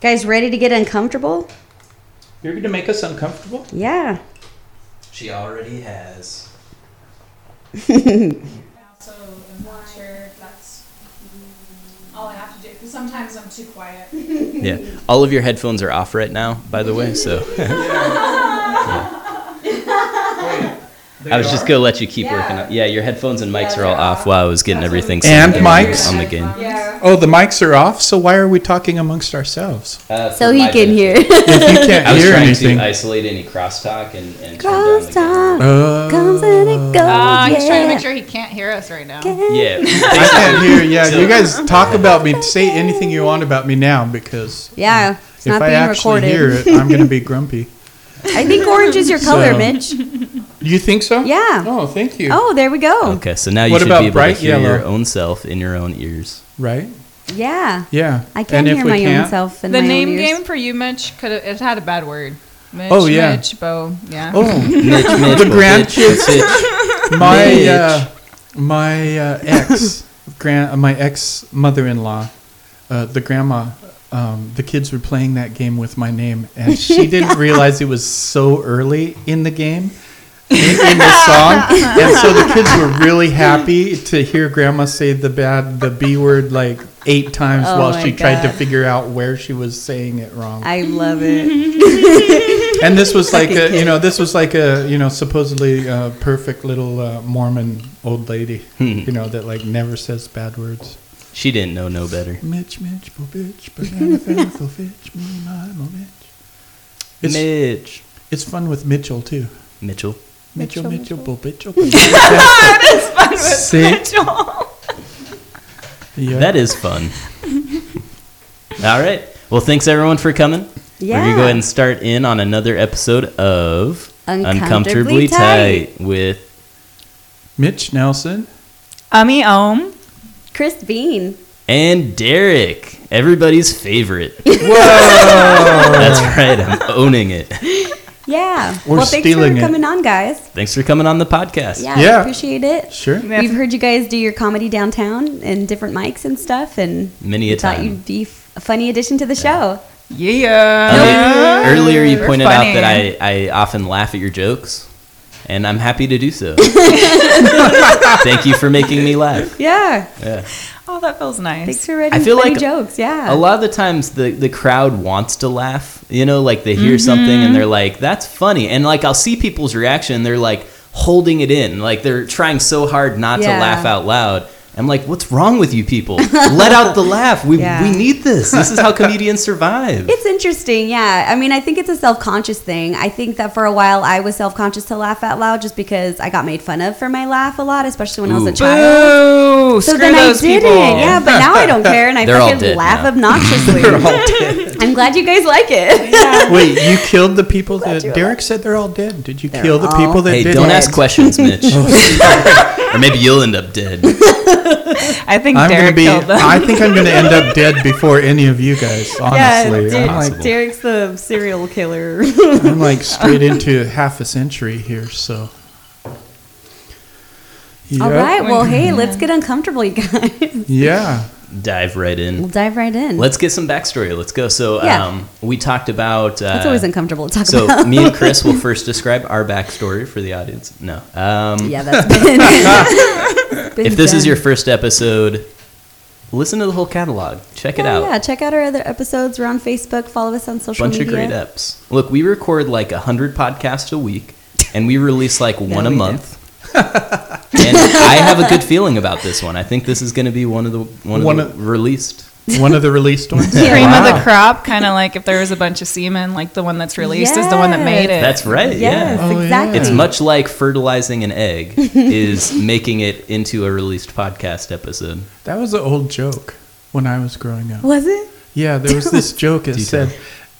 Guys, ready to get uncomfortable? You're going to make us uncomfortable? Yeah. She already has. also am not sure if that's all I have to do. 'cause sometimes I'm too quiet. Yeah. All of your headphones are off right now, by the way, so I was just going to let you keep working on. Yeah, your headphones and mics are all off while I was getting everything And situated mics. on the game. Yeah. Oh, the mics are off, so why are we talking amongst ourselves? Uh, So for he my can benefit. hear. If you I can't was hear trying anything. to isolate any crosstalk and, and turn down Crosstalk Oh. comes and it goes. Uh, he's trying to yeah. make sure he can't hear us right now. the game. Yeah. I can't hear. Yeah, So- you guys talk about me. Say anything you want about me now because Yeah, it's if not I being actually recorded. hear it, I'm going to be grumpy. I think orange is your color, So- Mitch. You think so? Yeah. Oh, thank you. Oh, there we go. Okay, so now you What should about be able to bright hear your yellow? own self in your own ears. Right? Yeah. Yeah. I can and if hear we my can't, own self in The my name own ears. game for you, Mitch, could it had a bad word. Mitch, Oh, yeah. Mitch, Bo, yeah. Oh, Mitch, Mitch, The well, grand- Mitch, it's Mitch. my Mitch. uh, my uh, ex grand uh, my ex mother-in-law, uh, the grandma. Um, the kids were playing that game with my name, and she didn't realize it was so early in the game, in, in the song. And so the kids were really happy to hear Grandma say the bad, the B word like eight times Oh while my she tried to God. figure out where she was saying it wrong. I love it. and this was like a you know this was like a you know supposedly uh, perfect little uh, Mormon old lady Hmm. you know that like never says bad words. She didn't know no better. Mitch, Mitch, bo bitch, banana fennel fitch, me my mo Mitch. It's Mitch. it's fun with Mitchell too. Mitchell. Mitchell, Mitchell, bo bitchel. That is fun with Mitchell. Yeah. That is fun. All right. Well, thanks everyone for coming. We're going to Yeah. go ahead and start in on another episode of Uncomfortably with Mitch Nelson. Ummy Ohm. Chris Bean. and Derek, everybody's favorite. Whoa! That's right. I'm owning it. Yeah. We're well, thanks stealing for it. coming on, guys. Thanks for coming on the podcast. Yeah, Yeah. I appreciate it. Sure. We've heard you guys do your comedy downtown and different mics and stuff, and Many a thought time. you'd be f- a funny addition to the show. Yeah. Uh, earlier, you You're pointed out funny. that I, I often laugh at your jokes, and I'm happy to do so. Thank you for making me laugh. Yeah. Yeah. Oh, that feels nice. Thanks for writing I feel funny like jokes. Yeah. A lot of the times, the, the crowd wants to laugh. You know, like they hear something Mm-hmm. and they're like, that's funny. And like, I'll see people's reaction. They're like holding it in. Like they're trying so hard not Yeah. to laugh out loud. I'm like, what's wrong with you people? Let out the laugh. We, Yeah. we need this. This is how comedians survive. It's interesting, yeah. I mean, I think it's a self conscious thing. I think that for a while I was self conscious to laugh out loud just because I got made fun of for my laugh a lot, especially when I was Ooh. a child. Boo! So Screw then those I didn't. people. Yeah, but now I don't care and I They're all fucking dead laugh now. obnoxiously. I'm glad you guys like it. Wait, you killed the people that Derek said they're all dead. Did you kill the all people that Hey, did don't that? ask questions, Mitch. or maybe you'll end up dead. I think I'm Derek gonna killed be. them. I think I'm gonna end up dead before any of you guys. Honestly, yeah, I'm, like, Derek's the serial killer. I'm like straight into half a century here. So. Yep. All right, well, hey, let's get uncomfortable, you guys. Yeah. Dive right in. We'll dive right in. Let's get some backstory. Let's go. So, Yeah. um, we talked about. Uh, That's always uncomfortable to talk so, about. me and Chris will first describe our backstory for the audience. No. Um, yeah, that's been. been if this is done. your first episode, listen to the whole catalog. Check it Yeah, out. Oh, Yeah, check out our other episodes. We're on Facebook. Follow us on social Bunch of media. great eps. Look, we record like a hundred podcasts a week, and we release like one a we do. month. and I have a good feeling about this one. I think this is going to be one of the one, One of of- the released. One of the released ones. Cream of the Wow. crop, kind of like if there was a bunch of semen, like the one that's released is the one that made it. That's right. Yes, Yeah. Oh, yeah. exactly. It's much like fertilizing an egg is making it into a released podcast episode. That was an old joke when I was growing up. Was it? Yeah, there was this joke that Do said,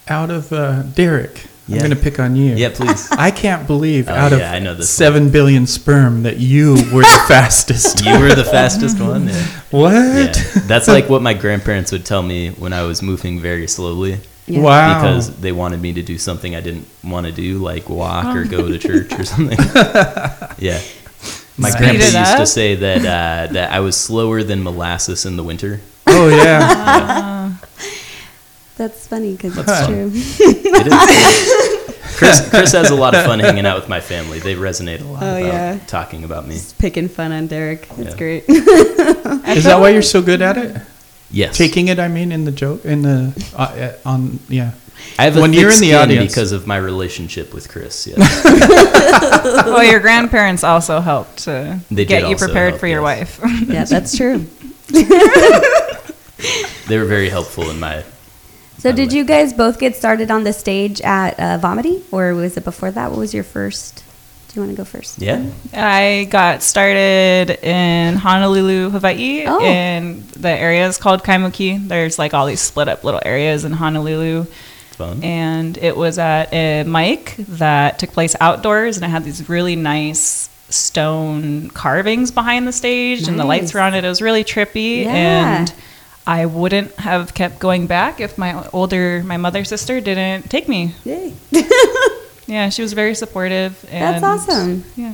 "Out of uh, Derek, I'm Yeah. gonna pick on you." Yeah, please. I can't believe Oh, out yeah, I know of this seven billion sperm that you were the fastest. You were the fastest one. Yeah. what? Yeah. That's like what my grandparents would tell me when I was moving very slowly Yeah. Wow. because they wanted me to do something I didn't want to do, like walk or go to church or something. Yeah. My Speed grandpa it used to up? say that uh, that I was slower than molasses in the winter. oh yeah. that's funny because it's true. It is. Chris, Chris has a lot of fun hanging out with my family. They resonate a lot Oh, about yeah. talking about me. Just picking fun on Derek. It's Yeah. great. Is that why you're so good at it? Yes. Taking it, I mean, in the joke, in the uh, uh, on yeah. I have a when thick you're in the skin audience. because of my relationship with Chris. Yes. well, your grandparents also helped to They did get you also prepared help, for your yes. wife. yeah, that's true. they were very helpful in my. So, I did like you guys both get started on the stage at uh, Vomity, or was it before that? What was your first? Do you want to go first? Yeah. I got started in Honolulu, Hawaii, Oh. and the area is called Kaimuki. There's like all these split up little areas in Honolulu. Fun. And it was at a mic that took place outdoors, and it had these really nice stone carvings behind the stage, and the lights Nice. were on it. It was really trippy, Yeah. and I wouldn't have kept going back if my older, my mother sister didn't take me. Yay. Yeah, she was very supportive. And That's awesome. Yeah.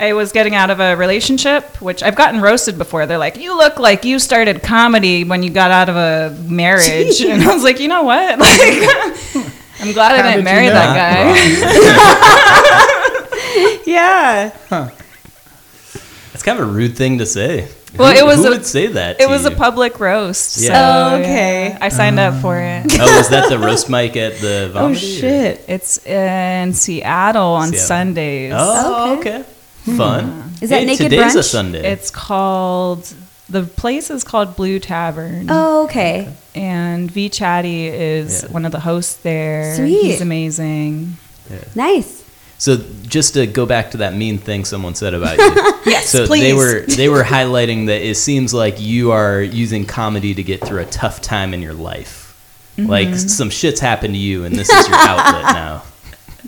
I was getting out of a relationship, which I've gotten roasted before. They're like, "You look like you started comedy when you got out of a marriage," and I was like, "You know what? Like, I'm glad I did you didn't marry know? that guy." yeah, That's kind of a rude thing to say. Well, Who- it was who a- would say that. it to was a you? public roast. Yeah. so, Oh, okay. yeah, I signed up for it. Oh, was that the roast mic at the? Oh Vomity, or- shit! It's in Seattle on Seattle. Sundays. Oh, okay. Hmm. Fun. Is that Hey, Naked today's a Brunch? Sunday. It's called the place is called Blue Tavern. Oh, okay. and V Chatty is Yeah. one of the hosts there. Sweet. He's amazing. Nice. So just to go back to that mean thing someone said about you. yes, so they please. were they were highlighting that it seems like you are using comedy to get through a tough time in your life. Like Mm-hmm. some shit's happened to you and this is your outlet now.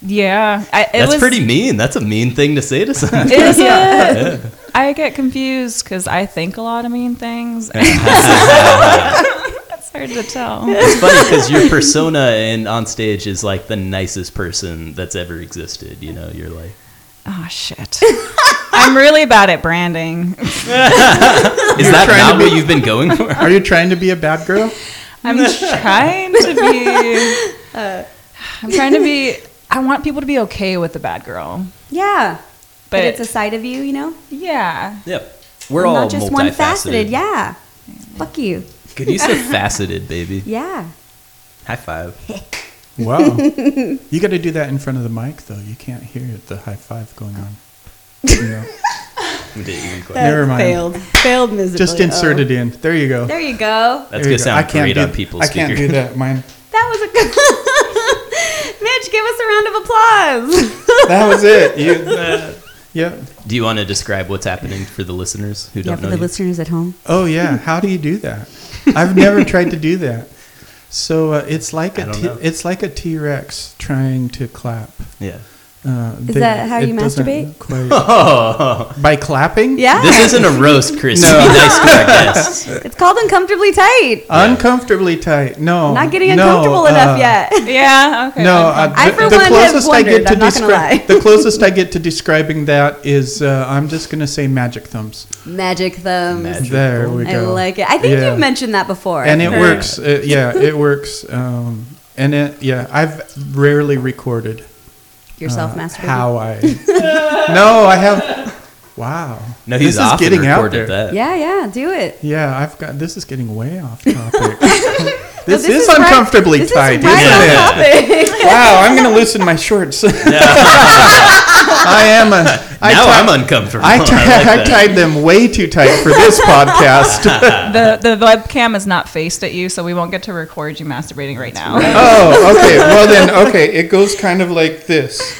Yeah, I, it That's was, pretty mean. That's a mean thing to say to someone. Is it? uh, I get confused because I think a lot of mean things. That's hard to tell. It's funny because your persona and on stage is like the nicest person that's ever existed. You know, you're like, Oh shit! I'm really bad at branding. is that trying to not what you've been going for? Are you trying to be a bad girl? I'm trying to be. I'm trying to be. I want people to be okay with the bad girl, Yeah. But, but it's a side of you, you know? yeah. Yep, we're Not all just multifaceted. one faceted. Yeah. Fuck you. Could you say faceted, baby? Yeah. High five. Wow. you got to do that in front of the mic, though. You can't hear the high five going on. You know? We didn't even quite- Never mind. Failed. Failed miserably. Oh. Just insert it in. There you go. There you go. uh, That's There you gonna sound great do, on people's I can't speaker. do that. Mine. That was a good. Mitch, give us a round of applause. That was it. You. yep. Do you want to describe what's happening for the listeners who Yeah, don't for know? the you? listeners at home. Oh yeah. How do you do that? I've never tried to do that. So uh, it's like I a don't t- know. it's like a T Rex trying to clap. yeah. Uh, Is they- that how it you doesn't masturbate? quite- Oh, by clapping? Yeah. this isn't a roast, Chris. Ah! No. Be nice to our guests. It's called uncomfortably tight. Uncomfortably tight. No. Not getting Oh, no, uncomfortable enough uh, yet. Yeah. Okay. No, uh, I, the- for the one, have closest I wondered, get to I'm not gonna descri- lie. the closest I get to describing that is uh, I'm just gonna say magic thumbs. Magic thumbs. Magic. There we I go. like it. I think Yeah. you've mentioned that before. and it Right. works. Uh, yeah, it works. Um, and it, yeah, I've rarely recorded Yourself uh, masturbating. how I. no, I have. Wow. No, this he's is often getting out recorded there. that. Yeah, yeah, do it. Yeah, I've got. This is getting way off topic. this, this is is, right- uncomfortably this is tight, right isn't it? Topic. Wow, I'm gonna loosen my shorts. I am a. I Now ti- I'm uncomfortable. I, ti- like I that. tied them way too tight for this podcast. The the webcam is not faced at you, so we won't get to record you masturbating right now. oh, okay. Well then, okay. It goes kind of like this.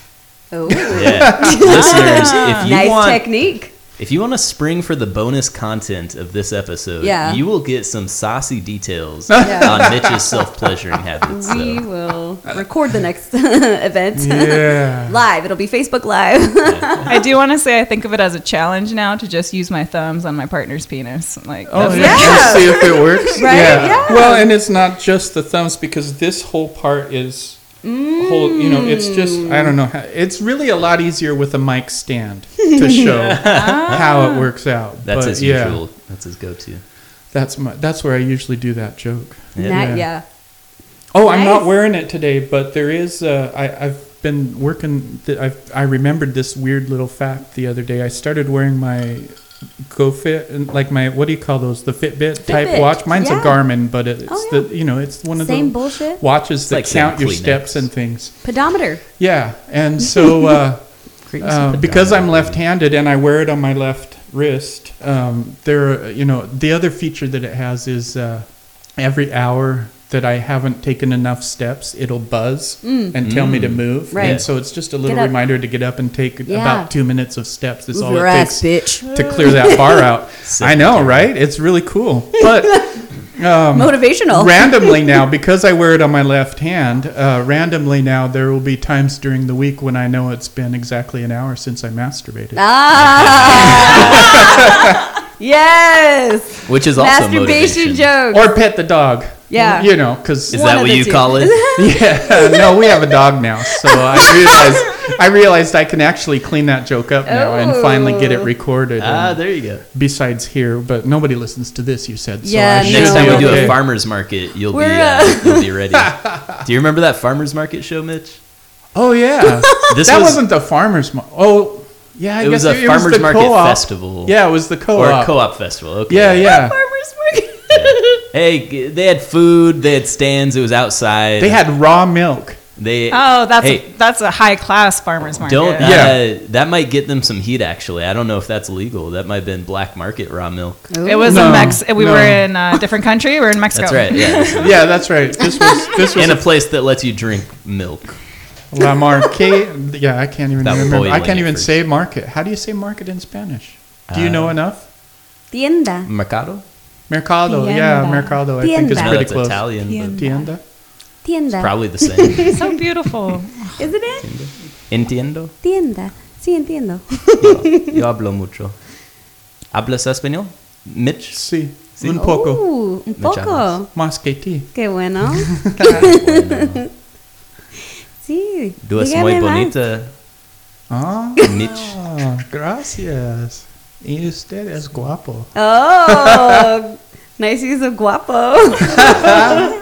Ooh. Yeah. listeners, if you Oh, nice want technique. if you want to spring for the bonus content of this episode, Yeah. you will get some saucy details Yeah. on Mitch's self pleasuring habits. We So. will record the next event Yeah. live. It'll be Facebook Live. I do want to say I think of it as a challenge now to just use my thumbs on my partner's penis. Like, Oh, that's- yeah. Yeah. Let's see if it works. Right? Yeah. Well, and it's not just the thumbs because this whole part is whole. You know, it's just I don't know. How, it's really a lot easier with a mic stand to show how it works out. Ah. That's but his yeah. usual. That's his go to. That's my. That's where I usually do that joke. Yeah. Yeah. That, yeah. Oh, I'm not Nice. wearing it today, but there is. Uh, I, I've been working. Th- I've, I remembered this weird little fact the other day. I started wearing my GoFit, and like my what do you call those? The Fitbit, type Fitbit, watch. Mine's yeah. a Garmin, but it- it's Oh, the you know it's one of Same the bullshit. watches that like the count your Kleenex. steps and things. Pedometer. Yeah, and so. Uh, Uh, because I'm left-handed and I wear it on my left wrist, um, there, you know, the other feature that it has is uh, every hour that I haven't taken enough steps, it'll buzz and tell me to move. Mm. Right. And so it's just a Get little up. reminder to get up and take Yeah. about two minutes of steps. Is Move all your it ass, takes bitch. to clear that bar out. I know, right? It's really cool, but. um, Motivational. randomly now because i wear it on my left hand uh, randomly now there will be times during the week when i know it's been exactly an hour since i masturbated ah. yes. Which is also Masturbation motivation. joke. or pet the dog Yeah. you know because Is One that of what the you two. call it? yeah no we have a dog now so i realized i realized i can actually clean that joke up now and finally get it Oh. recorded ah, and there you go. besides here but nobody listens to this you said so Yeah, I should No. Next time be we do okay. a farmers market, you'll be We're, uh, you'll be ready. do you remember that farmers market show, Mitch? oh yeah This that was, was- not the farmers mar- oh yeah I It was guess a it farmers the market co-op. festival. yeah it was the or co-op a co-op festival. Okay. yeah yeah Farmers market. Hey, g- they had food. They had stands. It was outside. They had raw milk. They. Oh, that's Hey. a, that's a high class farmers market. Don't uh, Yeah. that might get them some heat actually. I don't know if that's legal. That might have been black market raw milk. It was No, in Mex. We no. were in a different country. We were in Mexico. That's right. Yeah. Yeah, that's right. This was this was In a place that lets you drink milk. La Marquet. Yeah, I can't even That was remember. I boiling can't at even first. Uh, say market. How do you say market in Spanish? Do you know enough? Tienda. Mercado? Mercado. Yeah, tienda. mercado. I think Tienda. is No, pretty that's close. Italian. but Tienda. Tienda. Probably the same. So beautiful. Isn't it? Entiendo. Tienda. Sí, entiendo. Yo hablo mucho. ¿Hablas español? Mitch? Sí, Sí. un poco. Ooh, Uh, un Muchas poco. Más que ti. Qué bueno. Sí. Du es dígame muy más. bonita, Ah, Mitch. gracias. Y usted es guapo. Oh, nice use of guapo. Ay,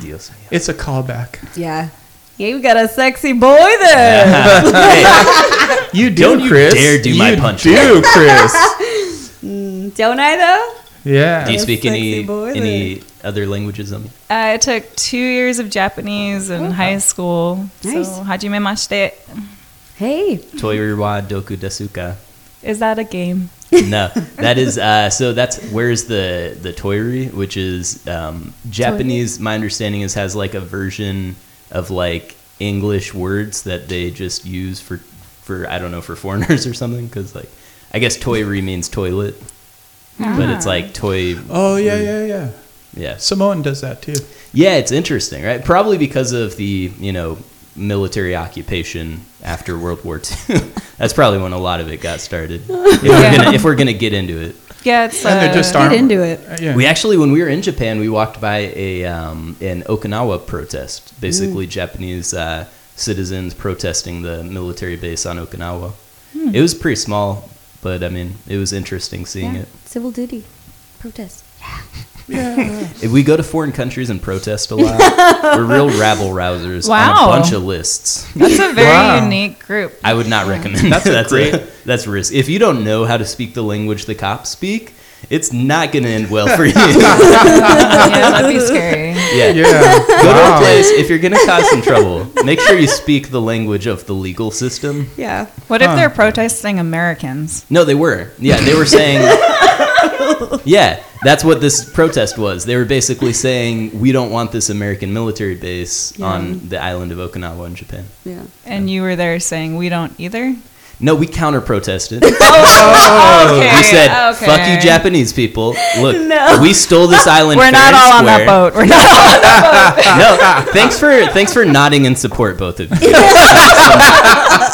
Dios mío. It's a callback. Yeah. You got a sexy boy there. You do, Don't you Chris. dare do my You punch. do, Chris. Don't I though? Yeah. Do you speak any Sexy boy there. any other languages? I mean, I Uh, took two years of Japanese in high school. Nice. So hajimemashite. Hey. Toiru wa doku desuka. Is that a game? No, that is uh, so. That's where's the the toiri, which is um, Japanese. My understanding is has like a version of like English words that they just use for for I don't know for foreigners or something because like I guess toiri means toilet, but it's like toy. Oh yeah, yeah, yeah. yeah. Samoan does that too. Yeah, it's interesting, right? Probably because of the you know military occupation after World War II. That's probably when a lot of it got started. If, we're, gonna, if we're gonna get into it, Yeah, it's And they're uh, just Get aren't- into it. Uh, yeah. we actually when we were in Japan, we walked by a um, an Okinawa protest, Mm. basically Japanese uh, citizens protesting the military base on Okinawa. Hmm. It was pretty small, but I mean, it was interesting seeing Yeah. it. Civil duty. Protest. If we go to foreign countries and protest a lot, we're real rabble rousers on Wow. a bunch of lists. That's a very Wow. unique group. I would not recommend That's that's a that's, great- a, that's risk. If you don't know how to speak the language the cops speak, it's not going to end well for you. yeah, that'd be scary. yeah. Yeah. Go to a Wow. place if you're going to cause some trouble. Make sure you speak the language of the legal system. Yeah. What if they're protesting Americans? No, they were. Yeah, they were saying. yeah, that's what this protest was. They were basically saying we don't want this American military base on the island of Okinawa in Japan. Yeah. And you were there saying we don't either. No, we counter protested. okay. We said, okay. "Fuck you, Japanese people! Look, No. we stole this island. fair We're not and all on that square." boat. We're not. No, thanks for thanks for nodding in support, both of you.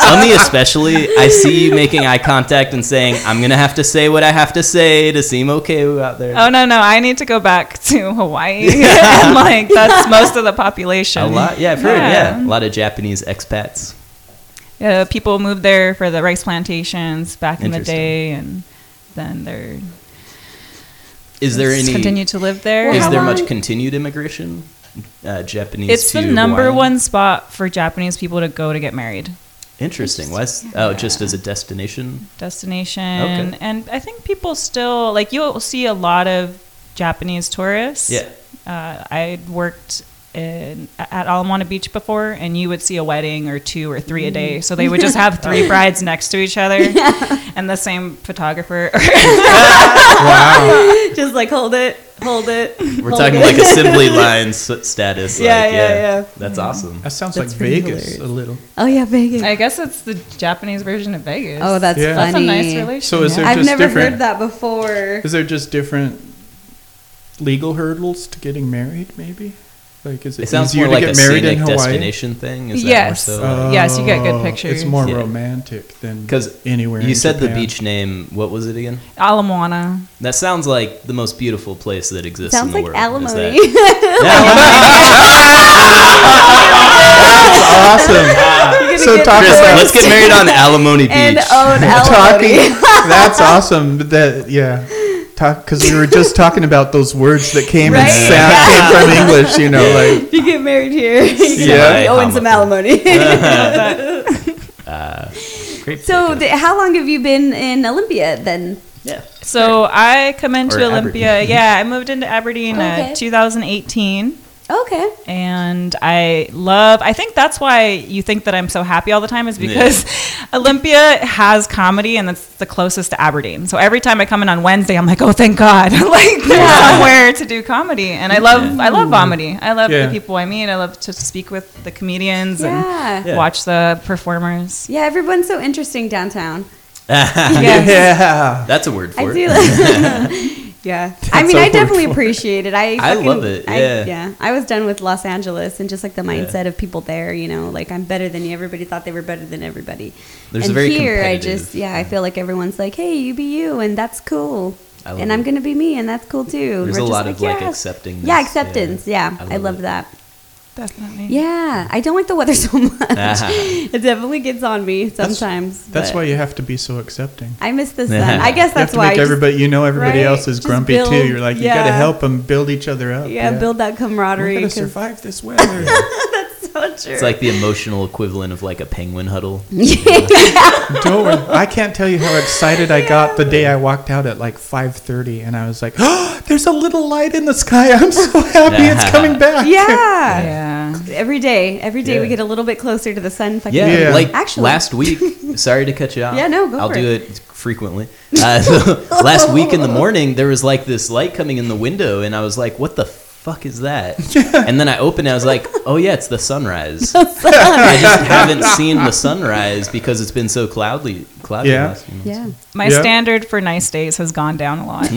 Sunny especially, I see you making eye contact and saying, "I'm gonna have to say what I have to say to seem okay out there." Oh no, no, I need to go back to Hawaii. and, like that's most of the population. a lot, yeah, I've heard, Yeah. yeah, a lot of Japanese expats. Uh, people moved there for the rice plantations back in the Interesting. day, and then they're Is there Just any? continue to live there? Well, is how there long- much continued immigration? Uh, Japanese. it's the to number Hawaiian? one spot for Japanese people to go to get married. Interesting. Why? is- Oh, just as a destination. destination. Okay. And I think people still like you'll see a lot of Japanese tourists. Yeah. Uh, I worked in at Alamana Beach before, and you would see a wedding or two or three a day. So they would just have three brides next to each other, and the same photographer. Wow. just like hold it, hold it. We're talking like assembly line s- status. Yeah, like, yeah, yeah, yeah. Mm-hmm. That's awesome. That sounds That's like pretty Vegas hilarious. a little. Oh yeah, Vegas. I guess it's the Japanese version of Vegas. oh, that's Yeah. funny. that's a nice relation. So is yeah. there I've just never different- heard that before. Is there just different legal hurdles to getting married? Maybe. Like, is it, It sounds easier more like to a get married in scenic Hawaii? destination thing. Is Yes. That more so? like- Oh, Yes, you get good pictures. It's more Yeah. romantic than 'Cause anywhere. You in said the Japan. beach name. What was it again? Alamoana. That sounds like the most beautiful place that exists Sounds in the like world. Is that- alimony. you Awesome. So talk Chris, about let's get married on Alimony Beach. and uh, own alimony. talking. That's awesome. but That yeah. Talk because we were just talking about those words that came and Right? sound came from English. You know, like If you get married here, Yeah. yeah, you own some alimony. Great so, place. d- how long have you been in Olympia then? yeah. So I come into Or Olympia. Aberdeen. Yeah, I moved into Aberdeen uh, Okay. 2018. Okay. and I love. I think that's why you think that I'm so happy all the time is because Olympia has comedy, and that's the closest to Aberdeen. So every time I come in on Wednesday, I'm like, oh, thank God, like there's somewhere to do comedy, and I love, I love comedy. I love Yeah. the people I meet. I love to speak with the comedians Yeah. and Yeah. watch the performers. Yeah, everyone's so interesting downtown. yeah. That's a word I for it. do. like- yeah, I mean, a I word definitely for it. appreciate it. I I fucking- love it, I- yeah. yeah. I was done with Los Angeles and just like the mindset of people there. You know, like I'm better than you. Everybody thought they were better than everybody. There's a and very here, I competitive- just yeah, I feel like everyone's like, hey, you be you, and that's cool. I love and I'm it. gonna be me, and that's cool too. There's We're a just lot of like "Yes." accepting. Yeah, acceptance. Yeah, I love, it. that. Definitely. Yeah, I don't like the weather so much. Ah. it definitely gets on me sometimes. That's but why you have to be so accepting. I miss the sun. I guess you have that's to why. I make just- everybody you know everybody right? else is Just grumpy too. build- You're like you gotta yeah. help them build each other up. yeah, build that camaraderie. We're gonna 'cause- survive this weather. so true. It's like the emotional equivalent of like a penguin huddle. Don't worry. I can't tell you how excited I got the day I walked out at like 5:30, and I was like, "Oh, there's a little light in the sky. I'm so happy it's coming back." yeah. Yeah. Every day, every day we Yeah. get a little bit closer to the sun. Fucking Yeah, Yeah. like Actually- last week. Sorry to cut you off. Yeah, no, go I'll for do it frequently. Uh, so last week in the morning, there was like this light coming in the window, and I was like, "What the fuck is that?" And then I opened, and I was like, "Oh yeah, it's the sunrise." I just haven't seen the sunrise because it's been so cloudy. Cloudy. Yeah. last few months. yeah. My Yeah. standard for nice days has gone down a lot.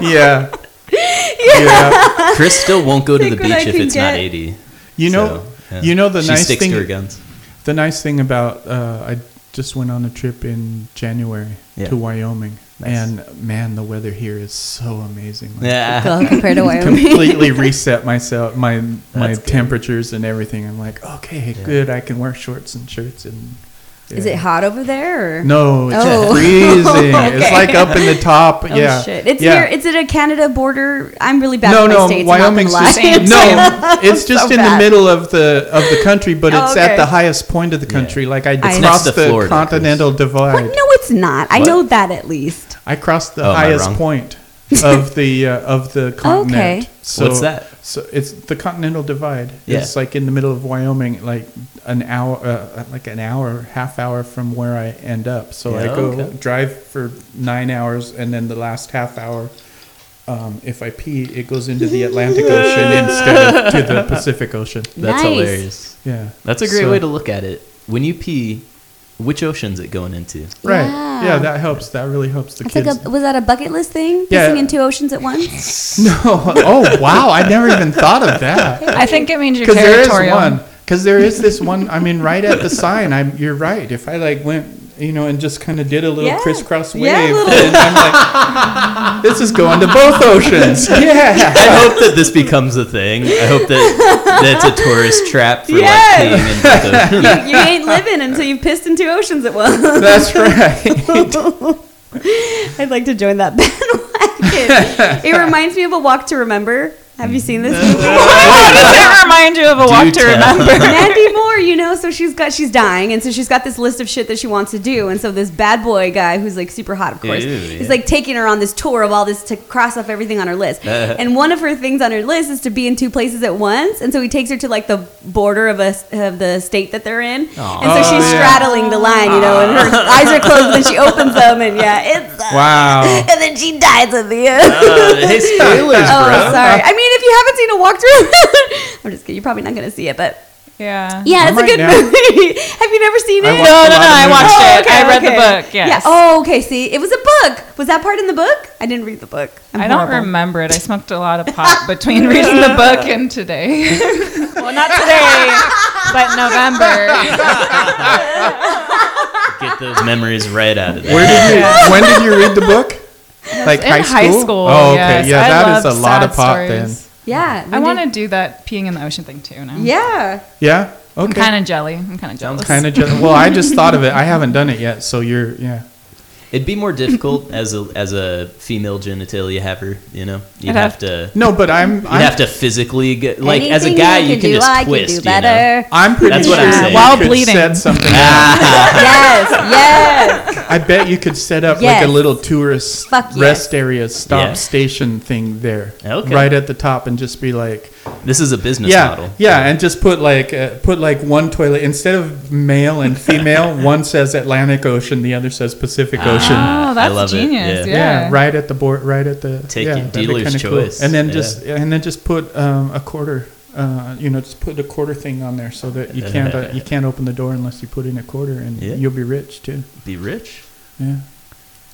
yeah, yeah. Chris still won't go to the Take what I beach if can it's not get. eighty. You know, So, yeah. you know the she nice sticks thing. to her guns. The nice thing about uh, I just went on a trip in January Yeah. to Wyoming, Nice. and man, the weather here is so amazing. Like, Yeah. Well, compared to Wyoming. completely reset myself my my That's good. temperatures and everything. I'm like, okay, Yeah. good. I can wear shorts and shirts and. Is yeah. it hot over there? Or? No, it's Oh. freezing. It's Okay. like up in the top. Oh yeah. shit! It's yeah. near. It's at a Canada border. I'm really bad. no, with my no, states, I'm not gonna Wyoming's lie. just, no. It's just in the bad. middle of the of the country, but Oh, it's okay. at the highest point of the country. Like I next crossed to the Florida, Chris. continental What? divide. No, it's not. I What? know that at least. I crossed the Oh, am I highest wrong? point of the uh, of the continent. So, What's that? So it's the continental divide. Yeah. It's like in the middle of Wyoming, like an hour, uh, like an hour, half hour from where I end up. So I Yeah, go okay. drive for nine hours, and then the last half hour, um, if I pee, it goes into the Atlantic Ocean instead of to the Pacific Ocean. Nice. That's hilarious. Yeah, That's a great So- way to look at it. When you pee, which ocean's it going into? Right. Yeah. Yeah. that helps. That really helps the That's kids. like a, was that a bucket list thing? Yeah. Pissing in two oceans at once. no. Oh wow! I never even thought of that. I think it means you're because there is territorial. one because there is this one i mean right at the sign i'm you're right if i like went you know and just kind of did a little Yeah. crisscross wave Yeah, a little- then i'm like this is going to both oceans yeah I hope that this becomes a thing. I hope that that's a tourist trap for Yes. like peeing in both oceans. you ain't living until you've pissed in two oceans at once. that's right I'd like to join that bandwagon. it reminds me of a walk to remember. Have you seen this? Mm. movie? How does that remind you of a walk to tell. remember? Mandy Moore, you know, so she's got she's dying, and so she's got this list of shit that she wants to do, and so this bad boy guy who's like super hot, of course, Ew, he's yeah. like taking her on this tour of all this to cross off everything on her list, Uh. and one of her things on her list is to be in two places at once, and so he takes her to like the border of a of the state that they're in, and so she's Oh, straddling the line, you know, and her eyes are closed, and then she opens them, and yeah, it's Wow. and then she dies at the end. Uh, hey, spoilers, Oh, bro. sorry. I mean, if you haven't seen a walkthrough, I'm just kidding. You're probably not going to see it, but Yeah. yeah, I it's a might good now. movie. Have you never seen I it? watched a No, lot no, no. of I movies. watched Oh, it. I read the book. Yeah. Yes. Oh, okay. See, it was a book. Was that part in the book? I didn't read the book. I'm I don't horrible. remember it. I smoked a lot of pot between reading the book and today. well, not today, but November. Get those memories right out of there. Where did you, when did you read the book? Like in high school, Oh, okay. yes. Yeah, I that is loved a lot of sad pot stories. Yeah, I we want did- to do that peeing in the ocean thing too now. Yeah. then. Yeah. I'm Okay. kind of jelly. I'm kind of jealous. kind of just. Well, I just thought of it. I haven't done it yet, so you're. Yeah. It'd be more difficult as a as a female genitalia haver. You know, you'd I'd have have- to you'd No, but I'm. I'm, have to physically get like as a Anything guy you can, do, just I twist. do better. I'm pretty That's sure what I'm saying. you While could bleeding. set something. up. yes. Yes. I bet you could set up like Yes. a little tourist Fuck yes. rest area stop Yeah. station thing there, Okay. right at the top, and just be like, You know? This is a business yeah, model. yeah, and just put like uh, put like one toilet instead of male and female. one says Atlantic Ocean, the other says Pacific Ah, Ocean. Oh, I that's love it, genius. yeah. Yeah. Yeah, right at the board, right at the Take yeah, your that'd be dealer's kinda choice, and then yeah. just and then just put um, a quarter. Uh, you know, just put a quarter thing on there so that you can't uh, you can't open the door unless you put in a quarter, and Yeah. you'll be rich too. Be rich. Yeah,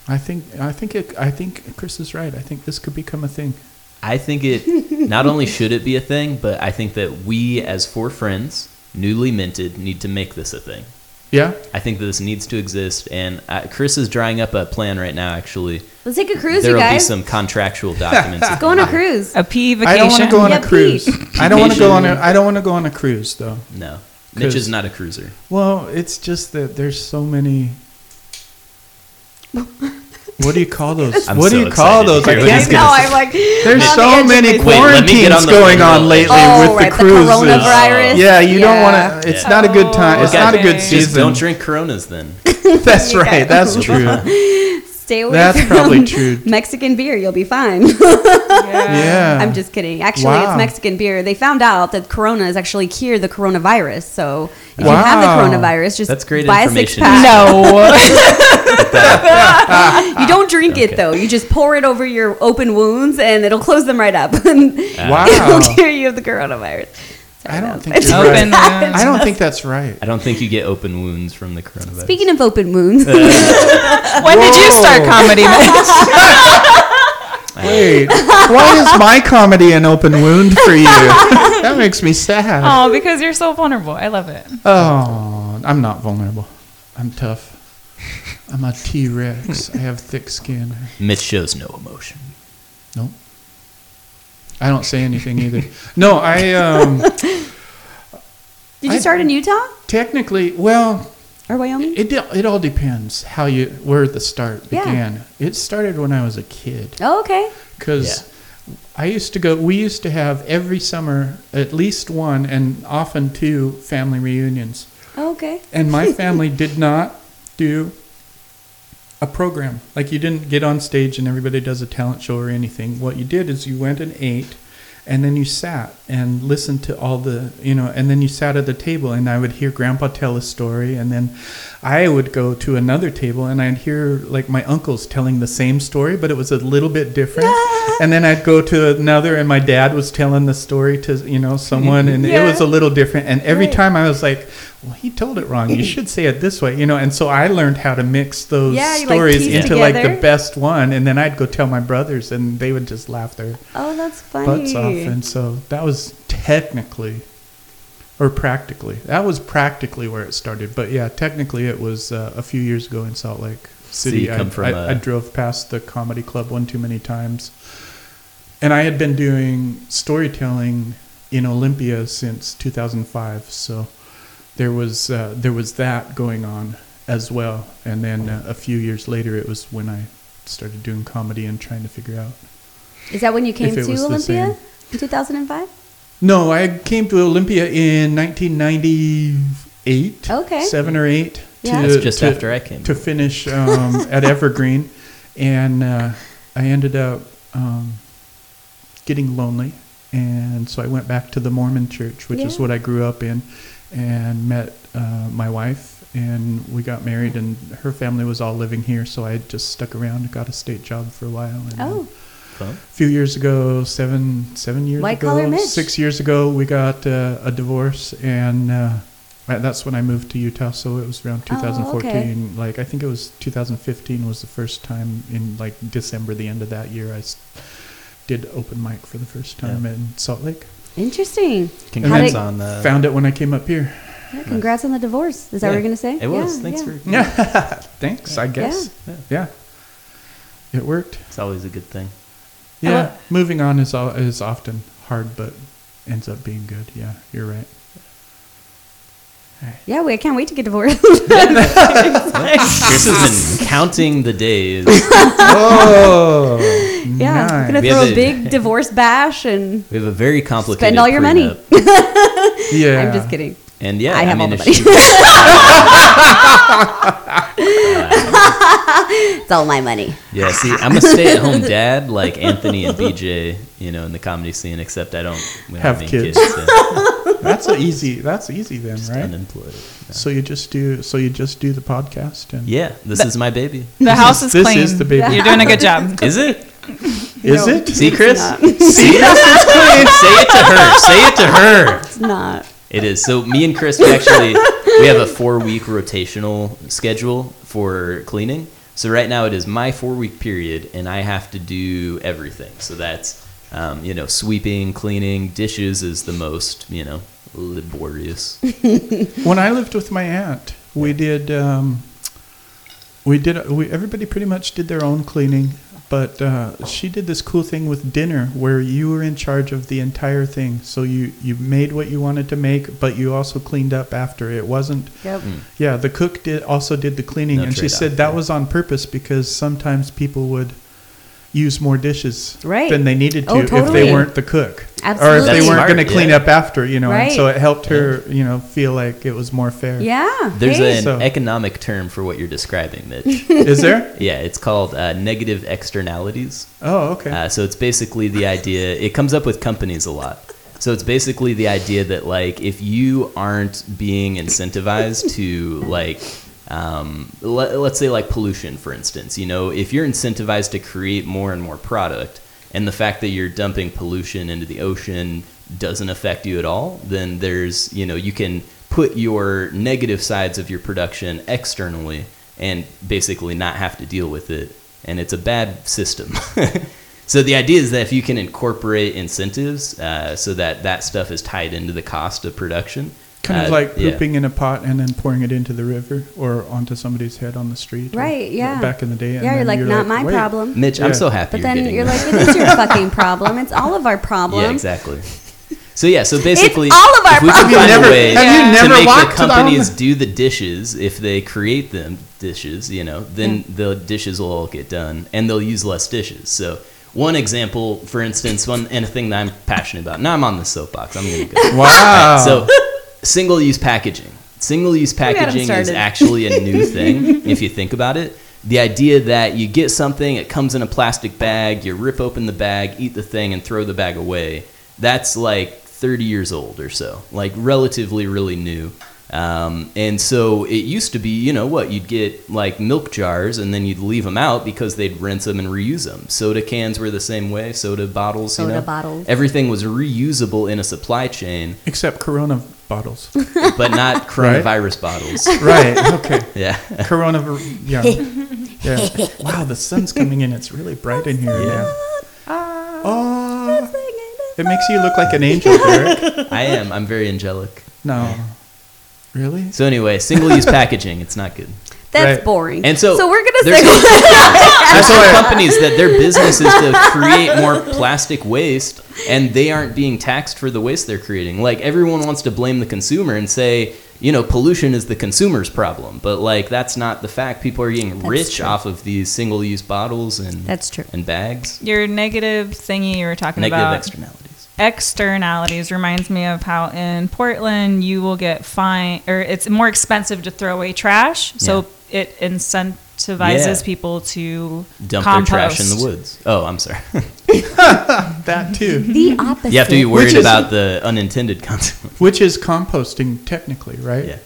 I think I think it, I think Chris is right. I think this could become a thing. I think it not only should it be a thing, but I think that we as four friends, newly minted, need to make this a thing. Yeah, I think that this needs to exist, and uh, Chris is drawing up a plan right now. Actually, Let's take a cruise, there you will be guys. some contractual documents. Go on a cruise. A pee vacation. I don't want to go on Yeah, a cruise. I don't want to go on a Vacation. I don't want to go on a cruise though. No, Mitch Cruise. is not a cruiser. Well, it's just that there's so many. What do you call those? I'm what do so you call excited those? to I hear what he's can't. gonna No, say. I'm Oh, like. There's on the edge so of many my- Wait, let me get quarantines on the going remote. on lately Oh, with right, the the cruises. coronavirus. yeah, you don't want to. Yeah. It's not a good time. It's Oh. not a good Guys, season. Just don't drink Coronas then. That's You right. guys. That's true. Stay away That's from probably true. Mexican beer, you'll be fine. Yeah. I'm just kidding. Actually, Wow. it's Mexican beer. They found out that Corona is actually cure the coronavirus. So if you Wow. have the coronavirus, just That's great buy a six information. pack. Oh, No. You don't drink Okay. it though. You just pour it over your open wounds, and it'll close them right up. and Uh, Wow. It'll cure you of the coronavirus. Sorry, I that don't was think bad. that's Open right. wounds. I don't think that's right. I don't think you get open wounds from the coronavirus. Speaking of open wounds, When did you start Whoa. comedy? Mitch? Uh, Wait, why is my comedy an open wound for you? That makes me sad. oh, because you're so vulnerable. I love it. Oh, I'm not vulnerable. I'm tough. I'm a T Rex. I have thick skin. Mitch shows no emotion. Nope. I don't say anything either. No, I um, did I- you start in Utah technically, well, or Um. Wyoming? it, de- it all depends how you where the start Yeah. began. It started when I was a kid. oh, okay. because I used to go. We used to have every summer at least one and often two family reunions, Oh, okay. and my family did not do a program like you didn't get on stage and everybody does a talent show or anything. What you did is you went and ate. And then you sat and listened to all the, you know, and then you sat at the table, and I would hear Grandpa tell a story, and then I would go to another table, and I'd hear like my uncles telling the same story, but it was a little bit different. and then I'd go to another, and my dad was telling the story to, you know, someone, and it was a little different. And every time I was like, well, he told it wrong. You should say it this way, you know. And so I learned how to mix those Yeah, you, like, stories piece into like the together. best one, and then I'd go tell my brothers, and they would just laugh their Oh, that's funny. butts off. And so that was technically, or practically, that was practically where it started. But yeah, technically, it was uh, a few years ago in Salt Lake City. you come I- from I, a- I drove past the comedy club one too many times. And I had been doing storytelling in Olympia since 2005. So there was, uh, there was that going on. as well. And then uh, a few years later, it was when I started doing comedy and trying to figure out. Is that when you came If it to was the Olympia same. in 2005? No, I came to Olympia in 1998. Okay. Seven or eight. Yeah. That's just after I came. To finish um, at Evergreen. And uh, I ended up um, getting lonely. And so I went back to the Mormon church, which is Yeah. what I grew up in, and met uh, my wife. And we got married, and her family was all living here. So I just stuck around and got a state job for a while. And uh, Oh, then- Well, few years ago, seven seven years White ago, collar Mitch. six years ago, we got uh, a divorce, and uh, uh, that's when I moved to Utah. So it was around Oh, 2014. okay. Like I think it was 2015 was the first time in like December, the end of that year, I s- did open mic for the first time in Salt Lake. interesting. How Congrats did- on the. Found it when I came up here. Yeah, congrats on the divorce. Is that what Yeah, you're going to say? It was. Yeah, Thanks yeah. for. Yeah, thanks. I guess. Yeah. Yeah. it worked. It's always a good thing. Yeah, Hello? moving on is al- is often hard, but ends up being good. Yeah, you're right. Yeah, we, I can't wait to get divorced. Chris has been counting the days. Oh, yeah, we're going to We throw have a a- big divorce bash and We have a very complicated. spend all your money. prenup. yeah. I'm just kidding. And yeah, I have all mean, the if money. she- It's all my money. Yeah, see, I'm a stay-at-home dad, like Anthony and BJ, you know, in the comedy scene. Except I don't we don't Have any kids. so I'm That's a easy. That's easy then, just right? unemployed. So you just do. So you just do the podcast and Yeah, this is my baby. The house is this clean. is the baby. You're doing a good job. Is it? is No. it? See, Chris. See, Chris is clean. Say it to her. Say it to her. It's not. It is. So me and Chris we actually we have a four week rotational schedule for cleaning. So right now it is my four week period, and I have to do everything. So that's um, you know sweeping, cleaning, dishes is the most you know laborious. When I lived with my aunt, we did. Um, we did. We everybody pretty much did their own cleaning, but uh, she did this cool thing with dinner where you were in charge of the entire thing. So you you made what you wanted to make, but you also cleaned up after. It wasn't. Yep. Mm. Yeah, the cook did also did the cleaning, No and she trade-off, said that yeah. was on purpose because sometimes people would use more dishes Right. than they needed to Oh, if totally. they weren't the cook, or if Absolutely. they That's weren't smart, going to clean yeah. up after, you know. And so Right. it helped her, you know, feel like it was more fair. Yeah. There's hey. an So- economic term for what you're describing, Mitch. Is there? yeah, it's called uh, negative externalities. Oh, okay. Uh, so it's basically the idea. It comes up with companies a lot. So it's basically the idea that like if you aren't being incentivized to like um, let, let's say like pollution for instance, you know, if you're incentivized to create more and more product, and the fact that you're dumping pollution into the ocean doesn't affect you at all, then there's you know you can put your negative sides of your production externally and basically not have to deal with it. And it's a bad system. So the idea is that if you can incorporate incentives uh, so that that stuff is tied into the cost of production, kind of uh, like yeah. pooping in a pot and then pouring it into the river or onto somebody's head on the street. or- Right, yeah. Back in the day. and Yeah, you're then like, not my "Wait." problem. Mitch, I'm Yeah. so happy. But you're then getting you're this. like, it is your fucking problem. It's all of our problem. yeah, exactly. So yeah, so basically, all of our if we can problems. find Never- a way Have Yeah. you to never make the walked companies down? do the dishes, if they create them dishes, you know, then the dishes will all get done, and they'll use less dishes. So. One example, for instance, one and a thing that I'm passionate about. Now I'm on the soapbox. I'm gonna go. Wow. So, single use packaging. Single use him packaging is started. actually a new thing if you think about it. The idea that you get something, it comes in a plastic bag, you rip open the bag, eat the thing, and throw the bag away. That's like 30 years old or so, like relatively, really new. Um, and so it used to be, you know what, you'd get like milk jars and then you'd leave them out because they'd rinse them and reuse them. Soda cans were the same way, soda bottles, you Soda know. bottles. Everything was reusable in a supply chain Except Corona bottles. but not Right. coronavirus bottles. right. Okay. Yeah. Corona. Yeah. yeah. Wow, the sun's coming in. It's really bright in here now. Ah, Oh, it makes you look like an angel, Derek. I am. I'm very angelic. No. Really? So anyway, single-use packaging, it's not good. That's Right. boring. And so we're gonna there's say some, there's some companies that their business is to create more plastic waste, and they aren't being taxed for the waste they're creating. Like everyone wants to blame the consumer and say, you know, pollution is the consumer's problem, but like that's not the fact. People are getting That's rich true. off of these single-use bottles and That's true. and bags. Your negative thingy you were talking Negative about. externalities. externalities reminds me of how in Portland you will get fine or it's more expensive to throw away trash. So it incentivizes Yeah. people to Dump compost. their trash in the woods. Oh, I'm sorry. That too. The opposite. you have to be Which worried is- about the unintended consequence. Which is composting, technically, right? Yeah.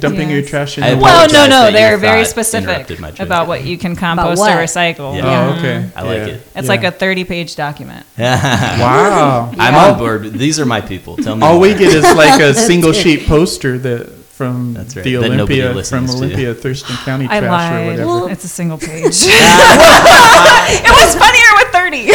Dumping your yes. trash in I the apologize. Well, that no, no, your they're very thought interrupted specific my train about of what you can compost or what? recycle. Yeah. Oh, okay. I like Yeah. it. It's Yeah. like a 30 page document. wow. I'm on board. but These are my people. Tell me. All we more. get is like a single sheet poster that from That's right, the that nobody Olympia from listens to. Olympia Thurston County I trash or lied. whatever. It's a single page. it was funnier with 30.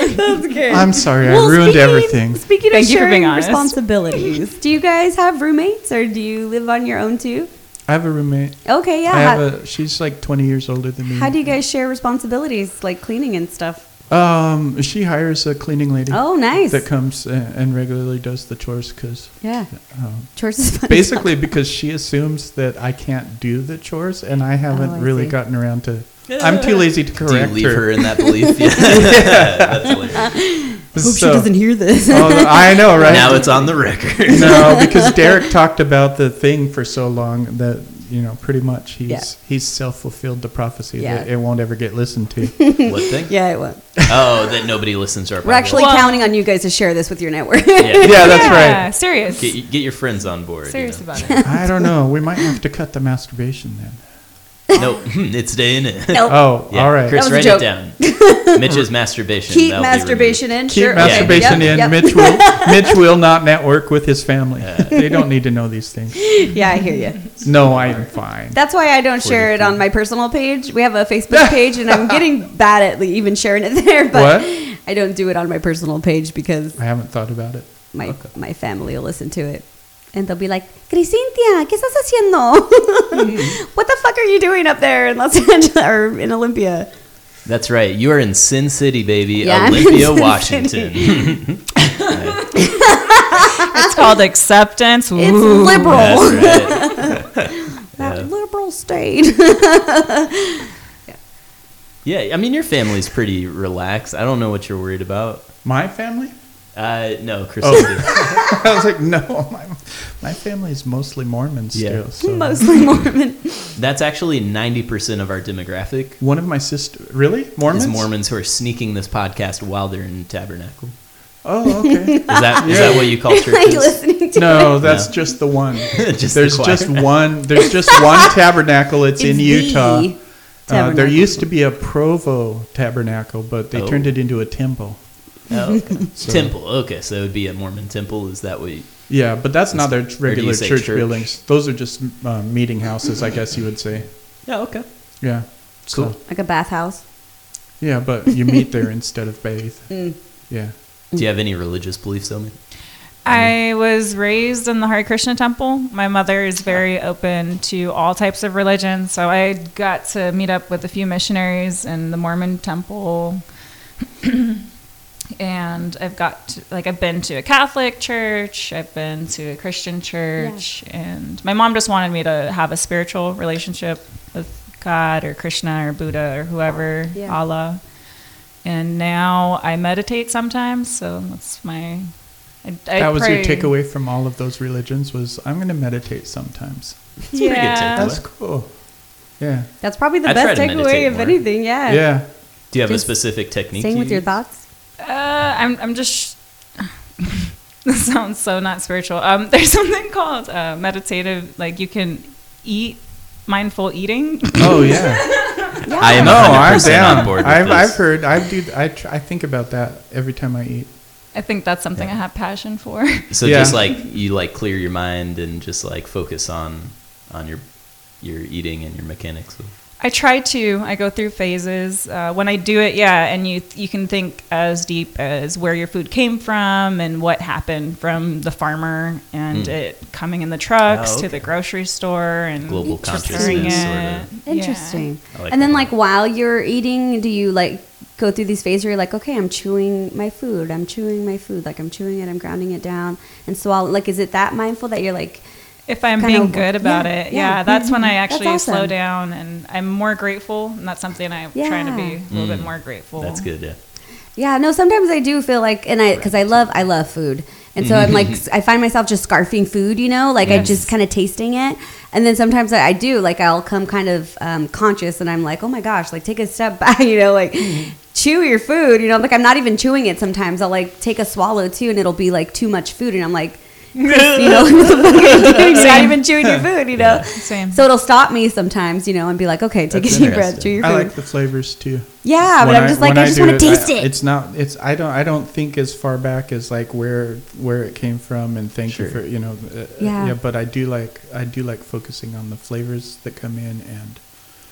That's good. I'm sorry, I Well, ruined speaking- everything. Speaking Thank of you for being sharing honest. responsibilities, do you guys have roommates or do you live on your own too? I have a roommate. Okay, yeah. I how, have a. She's like 20 years older than me. how do you guys share responsibilities like cleaning and stuff? Um, she hires a cleaning lady. Oh, nice. That comes a- and regularly does the chores because Yeah, um, chores is fun. basically because she assumes that I can't do the chores and I haven't Oh, I really see. gotten around to. I'm too lazy to Do you correct leave her. her. in that belief? Yeah. That's hilarious. I hope she So- doesn't hear this. Oh, I know, right? Now it's on the record. no, because Derek talked about the thing for so long that you know pretty much he's he's self fulfilled the prophecy that Yeah. it won't ever get listened to. what thing? yeah, it won't. Oh, that nobody listens to our podcast. We're actually Well- counting on you guys to share this with your network. Yeah. yeah, that's yeah, right. Serious. Get, get your friends on board. you Serious know. about it. I don't know. We might have to cut the masturbation then. No, it's staying in. Nope. Oh, Yeah. all right. That was Chris, a write joke. it down. Mitch's masturbation. Keep that'll be masturbation in. Keep sure. okay, masturbation yep, in. yep. Mitch will Mitch will not network with his family. they don't need to know these things. Yeah, I hear you. No, I am fine. That's why I don't share it on my personal page. We have a Facebook page, and I'm getting bad at like, even sharing it there. But What? I don't do it on my personal page because I haven't thought about it. my my family will listen to it, and they'll be like, "Crisintia, ¿qué estás haciendo? Mm-hmm. what the fuck are you doing up there in Los Angeles or in Olympia?" removed. That's right. You are in Sin City, baby. Yeah, I'm in Olympia, Sin City. Washington. It's called acceptance. It's Ooh. liberal, That's right. that yeah. liberal state. Yeah, I mean your family's pretty relaxed. I don't know what you're worried about. My family? Uh, no, Chris. Oh. is- I was like, no, my my family is mostly Mormon Yeah. still. So. Mostly Mormon. That's actually 90% of our demographic One of my sister really Mormons. is Mormons who are sneaking this podcast while they're in tabernacle. Oh, okay. Is that is that what you call like churches? listening to No, that's No. just the one. Just the there's choir. just one. There's just one tabernacle. It's, in the Utah. Uh, there tabernacle. used to be a Provo tabernacle, but they Oh. turned it into a temple. Oh, okay. Temple. Okay, so it would be a Mormon temple. Is that what? You, Yeah, but that's not their Or do you regular say church, church? buildings. Those are just uh, meeting houses, I guess you would say. yeah. Okay. Yeah. Cool. like a bathhouse. yeah, but you meet there instead of bathe. Mm. Yeah. Do you have any religious beliefs, Omi? I was raised in the Hare Krishna temple. My mother is very open to all types of religion, so I got to meet up with a few missionaries in the Mormon temple. and I've got to, like I've been to a Catholic church, I've been to a Christian church, and my mom just wanted me to have a spiritual relationship with God or Krishna or Buddha or whoever, Yeah. Allah. And now I meditate sometimes, so that's my I, I that was pray. your takeaway from all of those religions was I'm going to meditate sometimes. pretty good Yeah. That's cool. Yeah. That's probably the I try best to meditate takeaway of more. anything. Yeah. Yeah. Do you have Just a specific technique? Staying you with your use? thoughts. Uh, I'm I'm just. this sounds so not spiritual. Um, there's something called uh, meditative. Like you can eat mindful eating. Oh yeah. I am no, I'm 100% down. on board with I've, this. I've heard. I do. I tr- I think about that every time I eat. I think that's something I have passion for. So Yeah. just like you like clear your mind and just like focus on on your your eating and your mechanics. I try to. I go through phases. Uh, when I do it, yeah, and you you can think as deep as where your food came from and what happened from the farmer and Mm. it coming in the trucks Oh, to okay. the grocery store and Global preparing consciousness, sort it. of. Yeah. Interesting. I like and that then, one. like while you're eating, do you like go through these phases where you're like, okay, I'm chewing my food, I'm chewing my food, like I'm chewing it, I'm grounding it down, and swallow. Like, is it that mindful that you're like, if I'm Kinda being wo- good about yeah, it, yeah. yeah, that's when I That's actually awesome. slow down and I'm more grateful. And that's something I'm trying to be Yeah. a little bit more grateful. Mm. That's good. Yeah. Yeah, no, sometimes I do feel like, and I, because I love, I love food. And so I'm like, Mm-hmm. I find myself just scarfing food, you know, like I just kind of tasting it. And then sometimes I, I do, like I'll come kind of um, conscious and I'm like, oh my gosh, like take a step back, you know, like Mm-hmm. chew your food, you know, like I'm not even chewing it sometimes. I'll like take a swallow too and it'll be like too much food. And I'm like, you know, what the fuck are you doing? You're not even chewing your food, you know? Same. So it'll stop me sometimes, you know, and be like, okay, take That's a deep breath, interesting. chew your I food. like the flavors too. yeah, but When I'm just like, when I just do want to I- taste it. It's not. It's I don't. I don't think as far back as like where where it came from and thank Sure. you for you know. Uh, Yeah. yeah. yeah. But I do like I do like focusing on the flavors that come in and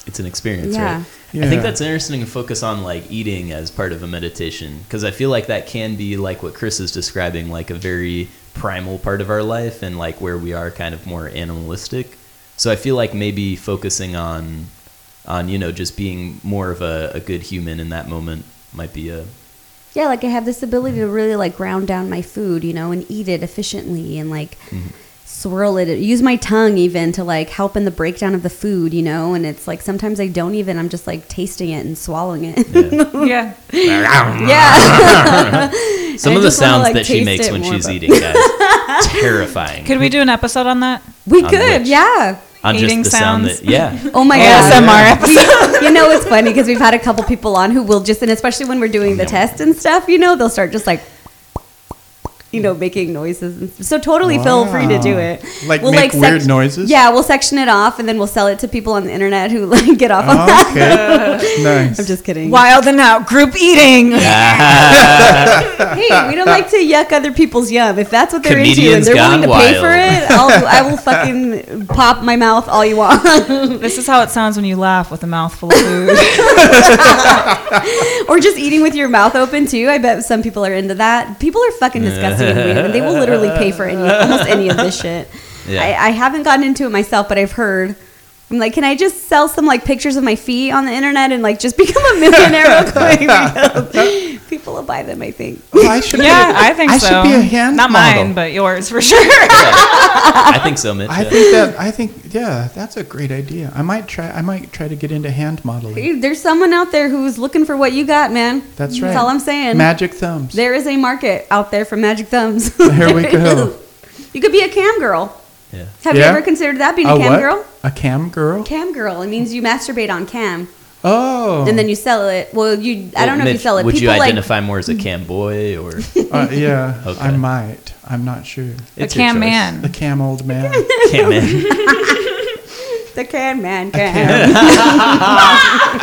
It's an experience, Yeah. right? I Yeah. think that's interesting to focus on like eating as part of a meditation because I feel like that can be like what Chris is describing, like a very primal part of our life and like where we are kind of more animalistic. So I feel like maybe focusing on on you know just being more of a, a good human in that moment might be a yeah like i have this ability to really like ground down my food you know and eat it efficiently and like Mm-hmm. swirl it use my tongue even to like help in the breakdown of the food you know and it's like sometimes i don't even i'm just like tasting it and swallowing it yeah. yeah. yeah some I of just the wanna, sounds like, that she taste makes it when more, she's but- eating, guys, terrifying. Could we do an episode on that? we On could which? yeah on just eating the sound sounds? that yeah Oh my ASMR god! We- you know it's funny because we've had a couple people on who will just, and especially when we're doing the test and stuff, you know, they'll start just like, you know, making noises. And stuff. So totally feel free to do it. Like make weird noises? Yeah, we'll section it off and then we'll sell it to people on the internet who like get off on that. Oh, okay. nice. I'm just kidding. Wild and out group eating. Hey, we don't like to yuck other people's yum. If that's what they're into and Comedians they're willing to gone pay for it, wild. I'll, I will fucking pop my mouth all you want. This is how it sounds when you laugh with a mouthful of food. Or just eating with your mouth open too. I bet some people are into that. People are fucking disgusting and weird, and they will literally pay for any almost any of this shit. Yeah. I, I haven't gotten into it myself, but I've heard. I'm like, can I just sell some like pictures of my feet on the internet and like just become a millionaire real quick? Because people will buy them, I think. Oh, I should. yeah, Be, I think I so. should be a hand Not model. mine, but yours for sure. I think so, Mitch. I yeah. think that I think yeah, that's a great idea. I might try. I might try to get into hand modeling. Dude, There's someone out there who's looking for what you got, man. That's right. That's all I'm saying. Magic thumbs. there is a market out there for magic thumbs. There we go. you could be a cam girl. Yeah. Have you Yeah? ever considered that being a, a cam what? girl? A cam girl. Cam girl. It means you masturbate on cam. Oh. and then you sell it. Well, you I don't know Mitch, if you sell it. Would People you like identify more as a cam boy or Uh, yeah. Okay. I might. I'm not sure. a It's your cam choice. The man. cam old man. cam man? the can man can.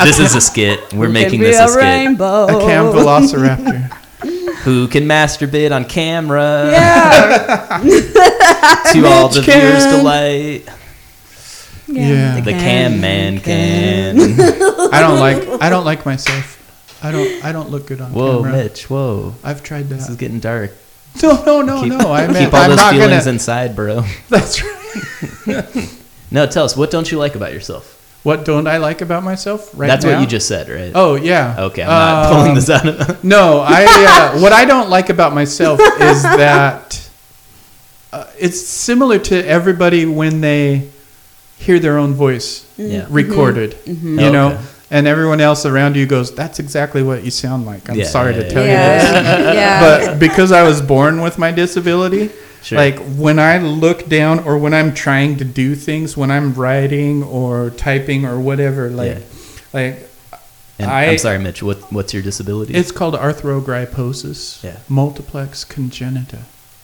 this is a skit. We're making be this a a skit. rainbow. A cam velociraptor. Who can masturbate on camera Yeah. to all the Mitch can. viewers' delight? Yeah. The cam man can. I don't like. I don't like myself. I don't. I don't look good on Whoa, camera. Mitch. Whoa. I've tried This is that. getting dark. No, no, no, Oh, no. I meant, Keep all I'm those not feelings gonna. inside, bro. That's right. No, tell us. What don't you like about yourself? What don't I like about myself right That's what now? you just said, right? Oh yeah. Okay, I'm not Um, pulling this out of. No, I. Uh, what I don't like about myself is that uh, it's similar to everybody when they hear their own voice Mm. Yeah. Mm-hmm. recorded. You Oh, know, okay. and everyone else around you goes, "That's exactly what you sound like." I'm Yeah, sorry yeah, to yeah. tell you this, Yeah. yeah. but because I was born with my disability. Sure. Like when I look down or when I'm trying to do things, when I'm writing or typing or whatever, like, Yeah. like And I, I- am sorry, Mitch. What what's your disability? it's called arthrogryposis, Yeah. multiplex congenita.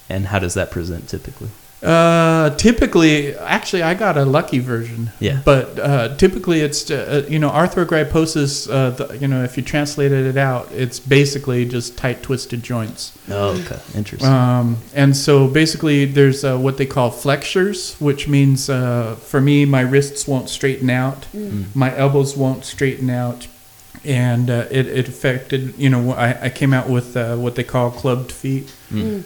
and how does that present typically? Uh, typically, actually, I got a lucky version. Yeah. But uh, typically, it's uh, you know arthrogryposis. Uh, the, you know, if you translated it out, it's basically just tight twisted joints. Oh, okay. Interesting. Um, and so basically, there's uh, what they call flexures, which means uh, for me, my wrists won't straighten out, my elbows won't straighten out, and uh, it, it affected you know I, I came out with uh, what they call clubbed feet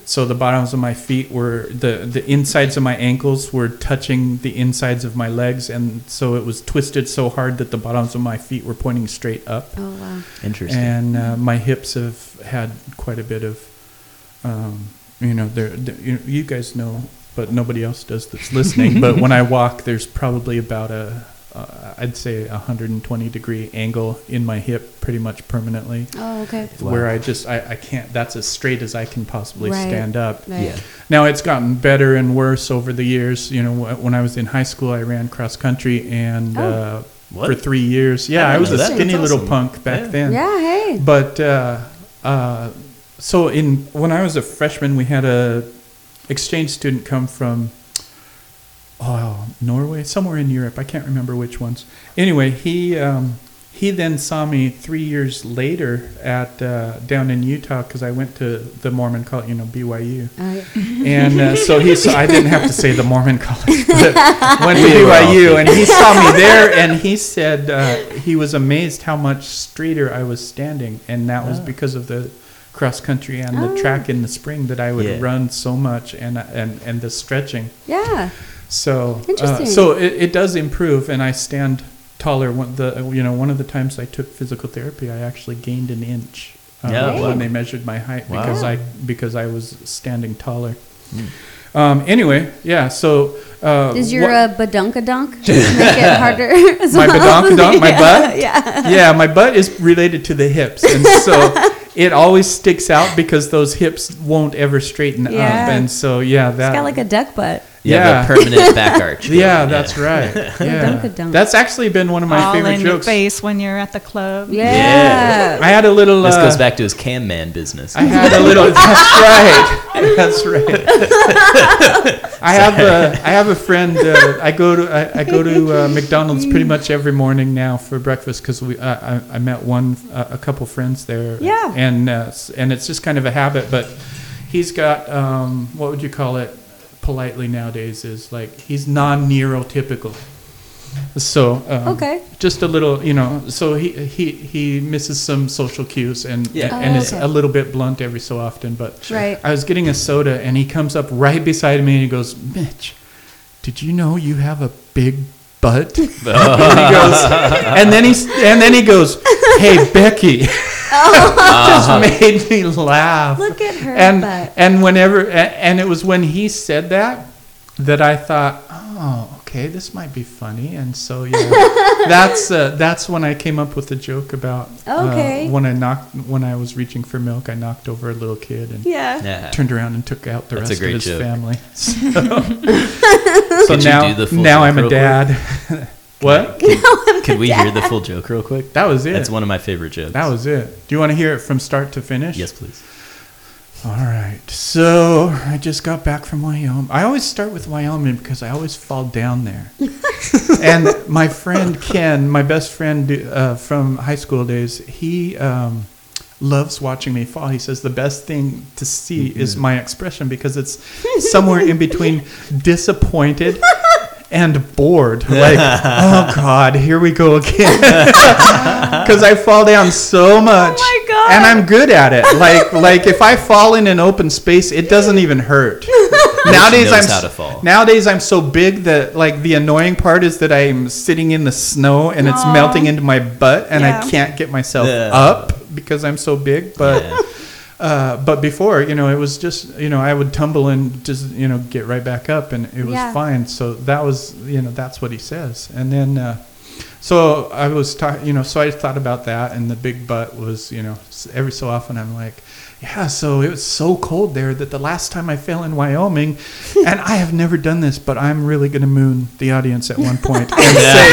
so the bottoms of my feet were the the insides of my ankles were touching the insides of my legs and so it was twisted so hard that the bottoms of my feet were pointing straight up Oh wow. Interesting. and uh, my hips have had quite a bit of um, you know there you, know, you guys know but nobody else does that's listening but when i walk there's probably about a uh, i'd say 120 degree angle in my hip pretty much permanently Oh okay. Wow. where i just I, I can't that's as straight as i can possibly Right. stand up Right. Yeah. now it's gotten better and worse over the years. You know, wh- when I was in high school, I ran cross country and uh, What? for three years. Yeah, I, didn't was know a that. skinny That's little awesome. punk back Yeah. then. Yeah. Hey. But uh, uh, so in when I was a freshman, we had a exchange student come from oh Norway, somewhere in Europe. I can't remember which ones. Anyway, he um, he then saw me three years later at uh, down in Utah because I went to the Mormon college, you know, BYU. Uh, And uh, so he saw, I didn't have to say the Mormon college, but went to We were all BYU, and he saw me there, and he said uh, he was amazed how much straighter I was standing, and that was because of the cross country and the track in the spring that I would Yeah. run so much, and and and the stretching. yeah. So uh, Interesting. so it, it does improve, and I stand taller. One the you know one of the times I took physical therapy, I actually gained an inch. Um, Yeah, wow. when they measured my height Wow. because I because I was standing taller. Hmm. Um, anyway, yeah. So Does uh, what- your uh, badunkadunk make it harder as My well? badunkadunk, my Yeah, butt? Yeah. yeah, my butt is related to the hips, and so it always sticks out because those hips won't ever straighten Yeah. up, and so yeah, that It's got like a duck butt. yeah, yeah. the permanent back arch. yeah, that's right. Yeah, Badunkadunk. that's actually been one of my All favorite in your jokes. face when you're at the club. Yeah. Yeah. I had a little. This uh, goes back to his cam man business. I had a little. That's right. That's right. I have a I have a friend. Uh, I go to I, I go to uh, McDonald's pretty much every morning now for breakfast because we uh, I, I met one uh, a couple friends there. Yeah. And uh, s- and it's just kind of a habit, but he's got um, what would you call it? Politely nowadays is like he's non-neurotypical. So um, Okay. just a little, you know. So he he he misses some social cues and Yeah. and Oh, is okay. a little bit blunt every so often. But Sure. Right. I was getting a soda and he comes up right beside me and he goes, "Mitch, did you know you have a big butt?" and he goes, and then he s- and then he goes, "Hey Becky," just made me laugh. Oh. Look at her and butt. and whenever a- and it was when he said that that I thought, oh, okay, this might be funny, and so yeah, that's uh, that's when I came up with the joke about uh, Okay. when I knocked when I was reaching for milk, I knocked over a little kid and Yeah. yeah. turned around and took out the That's a rest of great his joke. family. So, Could you now do the full now joke I'm a real quick? dad. what? Could we hear the full joke real quick? That was it. That's one of my favorite jokes. that was it. Do you want to hear it from start to finish? Yes, please. All right. So I just got back from Wyoming. I always start with Wyoming because I always fall down there. and my friend Ken, my best friend uh, from high school days, he um, loves watching me fall. He says the best thing to see Mm-hmm. is my expression because it's somewhere in between disappointed and bored. Like, oh God, here we go again. Because I fall down so much, Oh my God. and I'm good at it. Like, like if I fall in an open space, it doesn't even hurt. Nowadays, knows I'm how s- to fall. Nowadays, I'm so big that like the annoying part is that I'm sitting in the snow and it's melting into my butt, and Yeah. I can't get myself Yeah. up because I'm so big. But Yeah. uh, but before, you know, it was just you know I would tumble and just you know get right back up, and it was Yeah. fine. So that was you know that's what he says, and then. Uh, so I was talking, you know, so I thought about that, and the big butt was, you know, s- every so often I'm like, yeah, so it was so cold there that the last time I fell in Wyoming, and I have never done this, but I'm really going to moon the audience at one point and, say,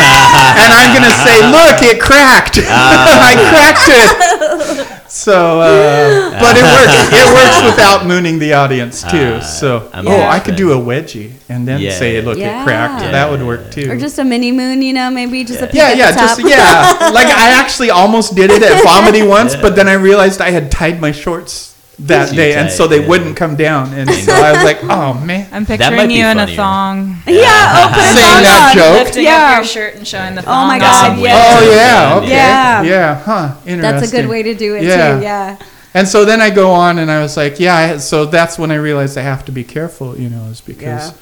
and I'm going to say, look, it cracked. I cracked it. So, uh, but it works. It works without mooning the audience, too. Ah, so, I'm oh, I interested. could do a wedgie and then Yeah. say, look, Yeah. it cracked. Yeah. That would work, too. Or just a mini moon, you know, maybe just a peek Yeah, at yeah, the top. just yeah. like I actually almost did it at Vomity once, but then I realized I had tied my shorts that Too day, and tight, so they yeah. wouldn't come down. And so I was like, oh man, I'm That might picturing be you in a funnier. thong. Yeah. Oh, put a Saying song that on. joke. Lifting Yeah. up your shirt and showing the thong. Oh my Got God, some yeah. weight oh on it, yeah, okay, Yeah. yeah, huh, interesting. That's a good way to do it Yeah. too. Yeah. And so then I go on and I was like, yeah, I, so that's when I realized I have to be careful, you know, is because Yeah.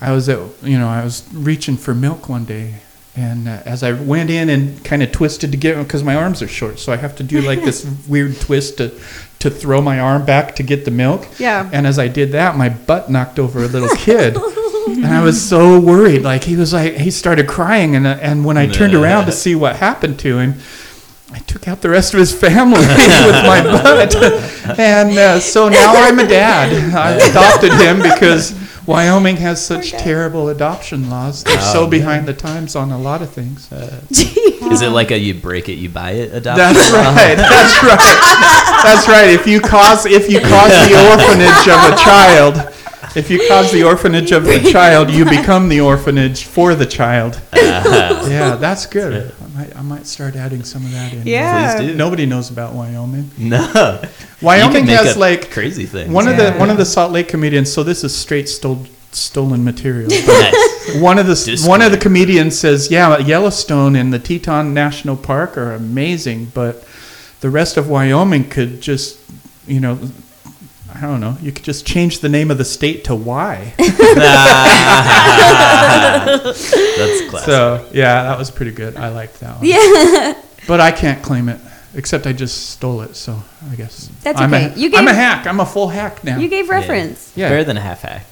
I was at, you know, I was reaching for milk one day. And uh, as I went in and kind of twisted to get, because my arms are short, so I have to do like this weird twist to, to throw my arm back to get the milk. Yeah. And as I did that, my butt knocked over a little kid. and I was so worried. Like he was like, he started crying. And, uh, and when I turned around to see what happened to him, I took out the rest of his family with my butt. And uh, so now I'm a dad. I adopted him because Wyoming has such terrible adoption laws. They're so behind the times on a lot of things. Is it like a you break it, you buy it adoption? That's right. That's right. That's right. If you cause if you cause the orphanage of a child, if you cause the orphanage of the child, you become the orphanage for the child. Uh-huh. Yeah, that's good. I might, I might start adding some of that in. Yeah. Please do. Nobody knows about Wyoming. No. You Wyoming can make has up like crazy things. one of the Yeah. one of the Salt Lake comedians. So this is straight stole, stolen material. Nice. one of the Just one of the comedians says, "Yeah, Yellowstone and the Teton National Park are amazing, but the rest of Wyoming could just, you know, I don't know, you could just change the name of the state to Y." That's classic. so yeah, that was pretty good. I liked that one. Yeah. but I can't claim it. Except I just stole it, so I guess That's I'm okay. A, You I'm a gave- hack. I'm a full hack now. You gave Yeah. reference. Yeah. Better than a half hack.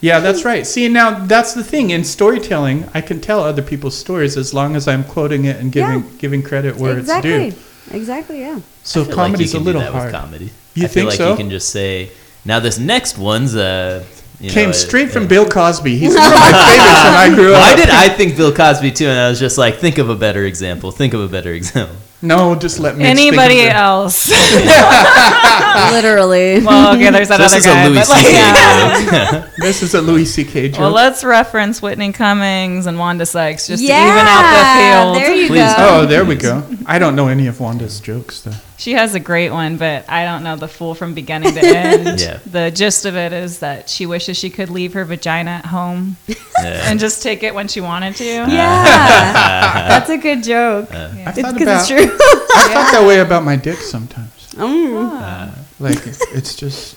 Yeah, that's right. See, now that's the thing in storytelling. I can tell other people's stories as long as I'm quoting it and giving Yeah. giving credit where exactly. it's due. Exactly. Yeah. So I feel like you comedy's can a do little that hard. With comedy. You I feel think like so? you can just say, now this next one's uh, you know, Came it- straight from it- Bill Cosby. He's one of my favorites when I grew up. Why did I think Bill Cosby too? And I was just like, think of a better example. Think of a better example. No, just let me. speak Anybody uh, of the- else? Ah! Literally. well, okay, there's that So this other is guy. a Louis but like, C.K. yeah. joke. This is a Louis C.K. joke. Well, uh, let's reference Whitney Cummings and Wanda Sykes just yeah. to even out the field. There you go. Please. oh, there we go. I don't know any of Wanda's jokes though. She has a great one, but I don't know the full from beginning to end. Yeah. The gist of it is that she wishes she could leave her vagina at home Yeah. and just take it when she wanted to. Yeah. Uh, That's a good joke. I It's thought because about. it's true. I thought that way about my dick sometimes. Mm. Like it's just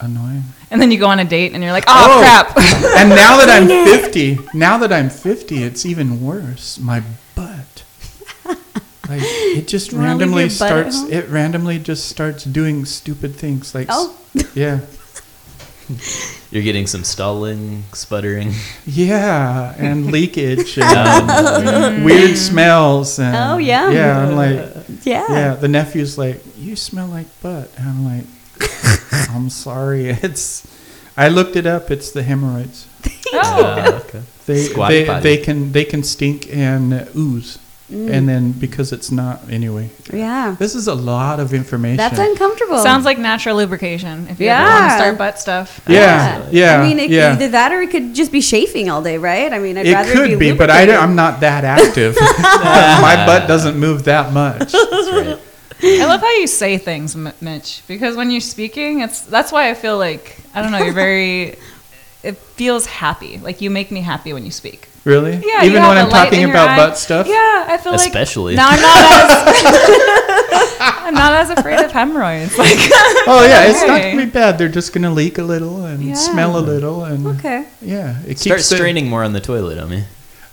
annoying. And then you go on a date and you're like, oh, Oh. crap. And now that I'm 50, now that I'm 50, it's even worse. My butt. Like it just You wanna leave randomly your butt at starts home? it randomly just starts doing stupid things like s- Oh. yeah. You're getting some stalling, sputtering. Yeah, and leakage and weird smells and Oh, yeah. Yeah, I'm like Yeah. yeah, the nephew's like, "You smell like butt." And I'm like, "I'm sorry. It's I looked it up. It's the hemorrhoids." Oh. Uh, okay. They Squatty they, potty. they can they can stink and ooze, and then because it's not anyway. Yeah. This is a lot of information. That's uncomfortable. Sounds like natural lubrication if you ever want Yeah. to start butt stuff. yeah, yeah. I mean, it yeah. could either that or it could just be chafing all day, right? I mean, I'd rather it could be, but I lubricated. don't, I'm not that active. My butt doesn't move that much. That's right. I love how you say things, M- Mitch, because when you're speaking, it's that's why I feel like I don't know. You're very. It feels happy. Like you make me happy when you speak. Really? Yeah, you Even have when a I'm light talking in your about eye. butt stuff. Yeah, I feel like Especially. now I'm not as I'm not as afraid of hemorrhoids. Like Oh yeah, it's not Okay. gonna be bad. They're just gonna leak a little and Yeah. smell a little and Okay. yeah, it Start keeps the- straining more on the toilet, I mean.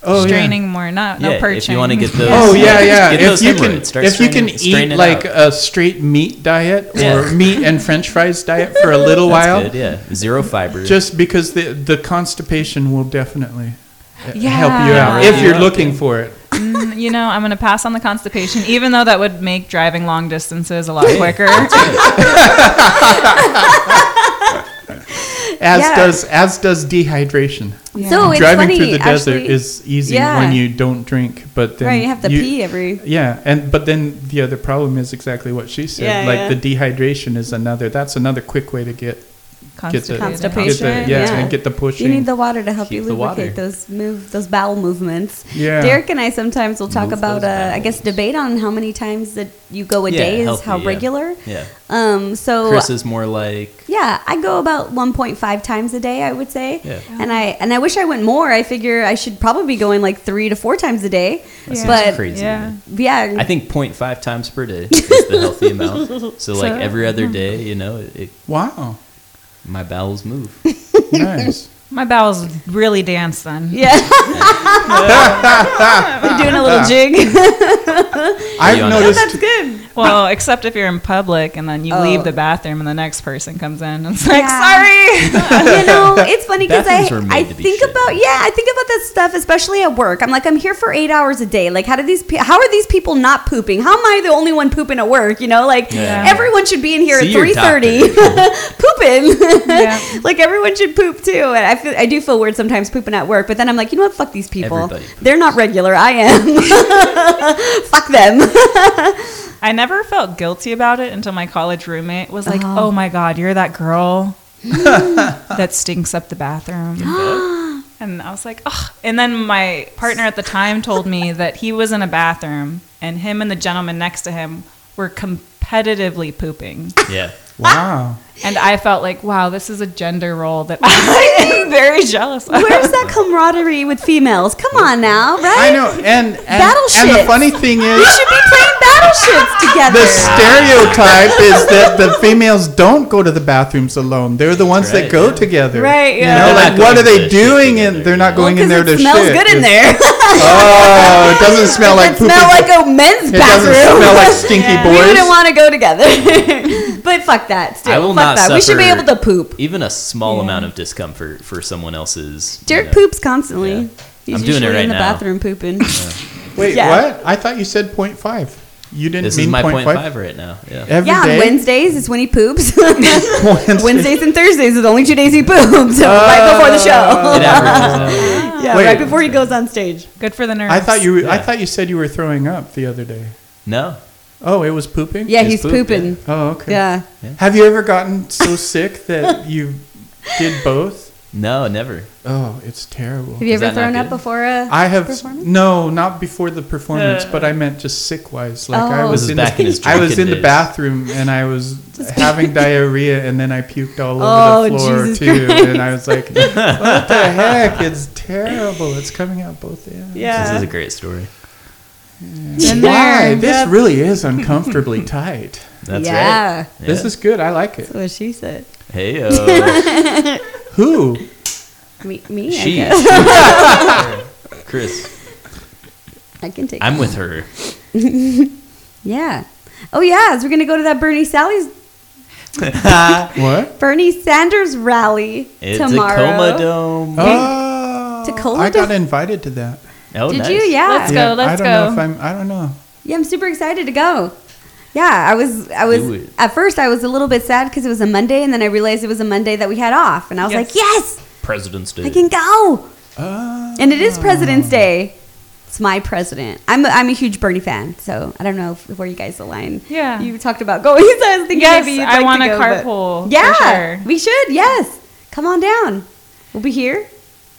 oh, yeah. straining more, not no perching. If you want to get those. Oh yeah, yeah. Get If those you can, hemorrhoids. Start if you can straining- strain eat it like out. a straight meat diet or Yeah. meat and French fries diet for a little That's while, good, yeah. Zero fiber. just because the the constipation will definitely uh, Yeah. help you out if Yeah. you're looking for it. Mm, you know, I'm gonna pass on the constipation, even though that would make driving long distances a lot quicker. As Yeah. does as does dehydration. So it's Driving funny, through the desert actually- is easy Yeah. when you don't drink, but then right. You have to pee every. Yeah, and but then the other problem is exactly what she said. Yeah, like yeah. the dehydration is another. That's another quick way to get get the, Constipation, get the- yeah, yeah. and get the pushing. You need the water to help Keep you the water. lubricate those move those bowel movements. Yeah. Derek and I sometimes will talk Move about those uh, I guess bowels. debate on how many times that you go a Yeah, day is healthy, how yeah. regular. Yeah. Um so Chris is more like yeah, I go about 1.5 times a day, I would say. Yeah. And I and I wish I went more. I figure I should probably be going like 3 to 4 times a day. that seems But crazy. to Yeah. me. yeah, I think 0.5 times per day is the healthy amount. So like So- every other day, you know, it, it, wow, my bowels move. nice. My bowels really dance then. yeah. We're doing a little jig. you I've on noticed good. Well, except if you're in public and then you Oh. leave the bathroom and the next person comes in. It's like, Yeah. sorry. you know, it's funny because I, Bathrooms are made I to be think shitty. about yeah, I think about that stuff, especially at work. I'm like, I'm here for eight hours a day. Like, how do these pe- how are these people not pooping? How am I the only one pooping at work? You know, like Yeah. everyone should be in here See at your three thirty pooping. Yeah. like everyone should poop too. And I feel, I do feel weird sometimes pooping at work, but then I'm like, you know what? Fuck these people. Everybody poops. They're not regular. I am. Fuck them. I never felt guilty about it until my college roommate was like, oh my God, you're that girl that stinks up the bathroom. and I was like, oh. And then my partner at the time told me that he was in a bathroom and him and the gentleman next to him were competitively pooping. Yeah. wow. And I felt like, wow, this is a gender role that I am very jealous of. Where's that camaraderie with females? Come on now, I right? know, and and, and the Battleships. funny thing We is, should be playing battleships together. the stereotype is that the females don't go to the bathrooms alone. They're the ones that right, go yeah. together. Right, You yeah. know, They're like not what going are to they the shit doing? And together, they're not yeah. going in there to it smells shit. good in there. It's- Oh, it doesn't smell like it pooping. smell like a men's it doesn't bathroom. smell like stinky we boys. wouldn't want to go together. but fuck that. Still, I will fuck not that. We should be suffer- able to poop. Even a small amount of discomfort for someone else's. you Derek know. poops constantly. Yeah. He's I'm doing it usually right in the now. bathroom pooping. Wait, Yeah. what? I thought you said 0.5. You didn't This mean is my point 0.5? five right now. Yeah. Every yeah, on day? Wednesdays is when he poops. Wednesday. Wednesdays and Thursdays are the only two days he poops. So right before the show. It averages out. Yeah, Oh. Wait. right before he goes on stage. Good for the nerves. I thought you. were- I Yeah. thought you said you were throwing up the other day. No. Oh, it was pooping. Yeah, he's, He's pooped, yeah. pooping. Oh, okay. Yeah. Have you ever gotten so sick that you did both? No, never. Oh, it's terrible. Have you Is ever that not thrown up good? before a I have performance? no, not before the performance, but I meant just sick wise. Like I Oh. was This is in back the, in his I was drunken in the days. bathroom and I was having diarrhea and then I puked all over the Oh, floor Jesus too and I was like, what the heck? It's terrible. It's coming out both ends. Yeah. This is a great story. Why? This really is uncomfortably tight. That's yeah. right. This is good. I like it. That's what she said. Hey, yo. Who? Me, me I she. guess. Chris, I can take I'm with her. Yeah. Oh yeah, so we're gonna go to that Bernie Sally's What? Bernie Sanders rally It's tomorrow. a coma dome. Oh, Tacoma I got does- invited to that. Oh, Did nice. you? Yeah. Let's go. I Let's don't go. know if I'm. I don't know. Yeah, I'm super excited to go. Yeah, I was. I Do it. was at first. I was a little bit sad because it was a Monday, and then I realized it was a Monday that we had off, and I was Yes. like, "Yes, President's Day. I can go!" Uh, And it Oh. is President's Day. It's my president. I'm a, I'm a huge Bernie fan, so I don't know if, where you guys align. Yeah. you talked about going. so I was thinking Yes, maybe you'd I like wanna to go, but- carpool, for Yeah, sure. we should. Yes, come on down. We'll be here.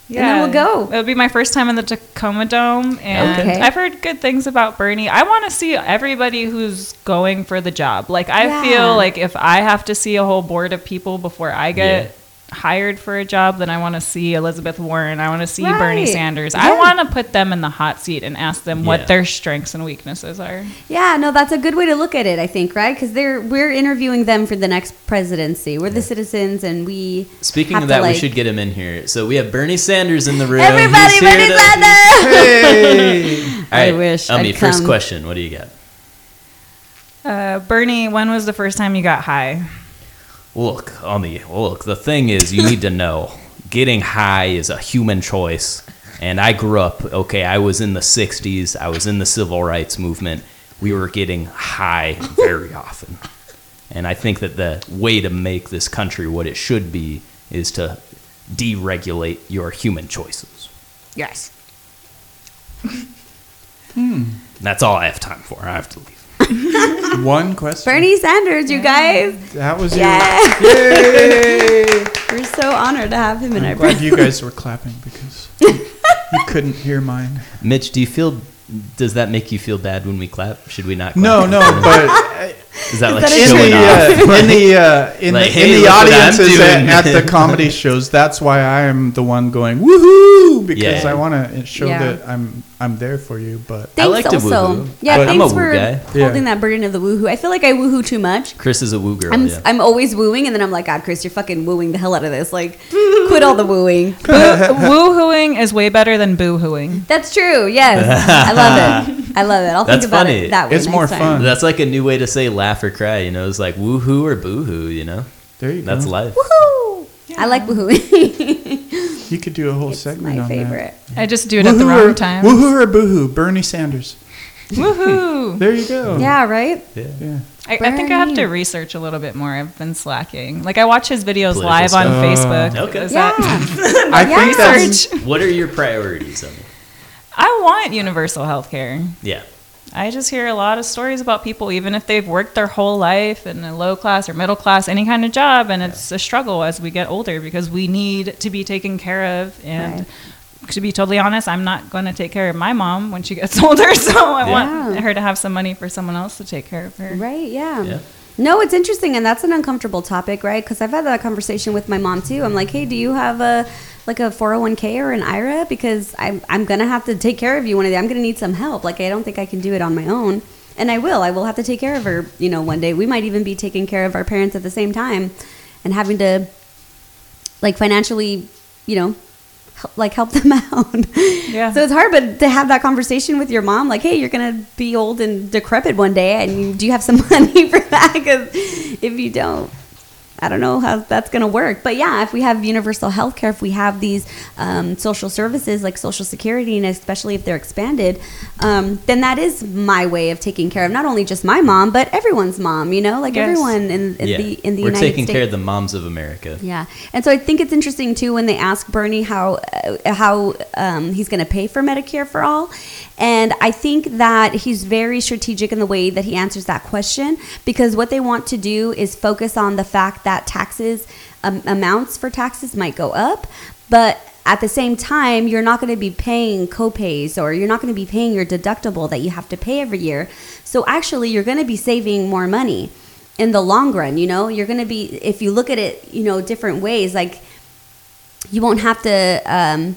then we'll go. It'll be my first time in the Tacoma Dome, and Okay. I've heard good things about Bernie. I want to see everybody who's going for the job. Like, I Yeah. feel like if I have to see a whole board of people before I get hired for a job, then I want to see Elizabeth Warren. I want to see Bernie Right. Sanders. Yeah. I want to put them in the hot seat and ask them Yeah. what their strengths and weaknesses are. Yeah, no, that's a good way to look at it, I think, right? Because they're we're interviewing them for the next presidency. We're the citizens, and we Speaking have of to, that, like- we should get him in here. So we have Bernie Sanders in the room. He's everybody here Bernie to- Sanders. hey. All right, I wish Ummi, I'd first come. question. What do you got? Uh, Bernie, when was the first time you got high? Look, Ummi, look, the thing is, you need to know getting high is a human choice. And I grew up, okay, I was in the 60s, I was in the civil rights movement. We were getting high very often. And I think that the way to make this country what it should be is to deregulate your human choices. Yes. Hmm. That's all I have time for. I have to leave. One question. Bernie Sanders, you guys. That was Yeah. you. Yay! We're so honored to have him in our I'm glad you guys were clapping because you couldn't hear mine. Mitch, do you feel? Does that make you feel bad when we clap? Should we not? Clap No, no, but is that like that a in showing the, off? uh, in the uh, in Like, the, hey, in look the what I'm audiences at, doing. at the comedy shows. That's why I am the one going woohoo because Yeah. I want to show Yeah. that I'm I'm there for you. But Thanks like to also. woohoo. Yeah, But I'm thanks a woo for guy. holding Yeah. that burden of the woohoo. I feel like I woohoo too much. Chris is a woo girl. I'm, yeah. I'm always wooing, and then I'm like, God, Chris, you're fucking wooing the hell out of this. Like, quit all the wooing. Boo- Woohooing is way better than boohooing. That's true. Yes, I love it. I love it. I'll That's think about funny. it that way. It's next more time. fun. That's like a new way to say laugh or cry. You know, it's like woohoo or boohoo. You know, there you that's go. life. Woohoo! I like woohooing. You could do a whole it's segment my on favorite. I just do that. it at the Woohoo or- wrong time. Woohoo or boohoo? Bernie Sanders. Woohoo! There you go. Yeah, right? Yeah. Yeah. I, I think I have to Bernie. research a little bit more. I've been slacking. Like I watch his videos Political live on stuff. Facebook. Oh. Okay. Is Yeah. that- I think that's research? What are your priorities? I mean, I want universal health care. yeah. I just hear a lot of stories about people, even if they've worked their whole life in a low class or middle class, any kind of job, and it's a struggle as we get older because we need to be taken care of. And to be totally honest, I'm not going to take care of my mom when she gets older, so I Yeah. want Yeah. her to have some money for someone else to take care of her. Right, yeah. Yeah. No, it's interesting, and that's an uncomfortable topic, right? Because I've had that conversation with my mom too. I'm like, hey, do you have a like a 401k or an IRA? Because I'm I'm gonna have to take care of you one day. I'm gonna need some help. Like I don't think I can do it on my own, and I will. I will have to take care of her. You know, one day we might even be taking care of our parents at the same time, and having to like financially, you know, hel- like help them out. Yeah. So it's hard, but to have that conversation with your mom, like, hey, you're gonna be old and decrepit one day, and you, do you have some money for that? Because if you don't, I don't know how that's gonna work. But yeah, if we have universal health care, if we have these um, social services like Social Security, and especially if they're expanded, um, then that is my way of taking care of not only just my mom, but everyone's mom. You know, like Yes. everyone in, in yeah. the in the We're United taking States. care of the moms of America. Yeah, and so I think it's interesting too when they ask Bernie how uh, how um, he's going to pay for Medicare for all, and I think that he's very strategic in the way that he answers that question because what they want to do is focus on the fact that taxes um, amounts for taxes might go up, but at the same time, you're not going to be paying copays or you're not going to be paying your deductible that you have to pay every year. So actually, you're going to be saving more money in the long run you know you're going to be if you look at it you know different ways like you won't have to um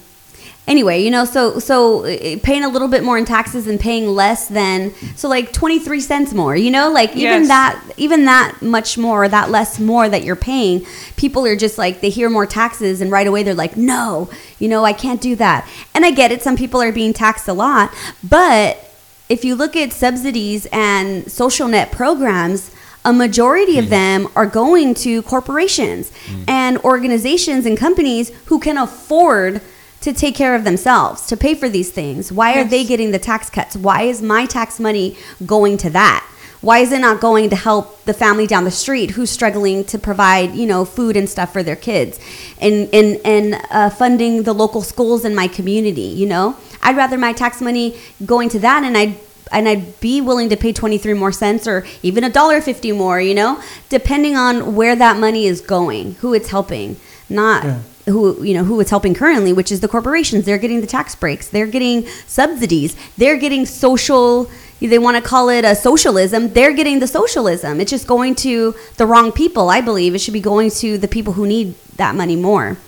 anyway you know so so uh, paying a little bit more in taxes and paying less than so like 23 cents more you know like even Yes. that even that much more that less more that you're paying people are just like they hear more taxes and right away they're like no you know i can't do that and i get it some people are being taxed a lot but if you look at subsidies and social net programs, a majority of them are going to corporations and organizations and companies who can afford to take care of themselves, to pay for these things. Why are they getting the tax cuts? Why is my tax money going to that? Why is it not going to help the family down the street who's struggling to provide, you know, food and stuff for their kids, and and and uh, funding the local schools in my community? You know, I'd rather my tax money going to that, and I'd and I'd be willing to pay twenty three more cents or even a dollar fifty more. You know, depending on where that money is going, who it's helping, not. Yeah. Who you know who it's helping currently, which is the corporations. They're getting the tax breaks. They're getting subsidies. They're getting social they want to call it a socialism, they're getting the socialism. It's just going to the wrong people, I believe. It should be going to the people who need that money more.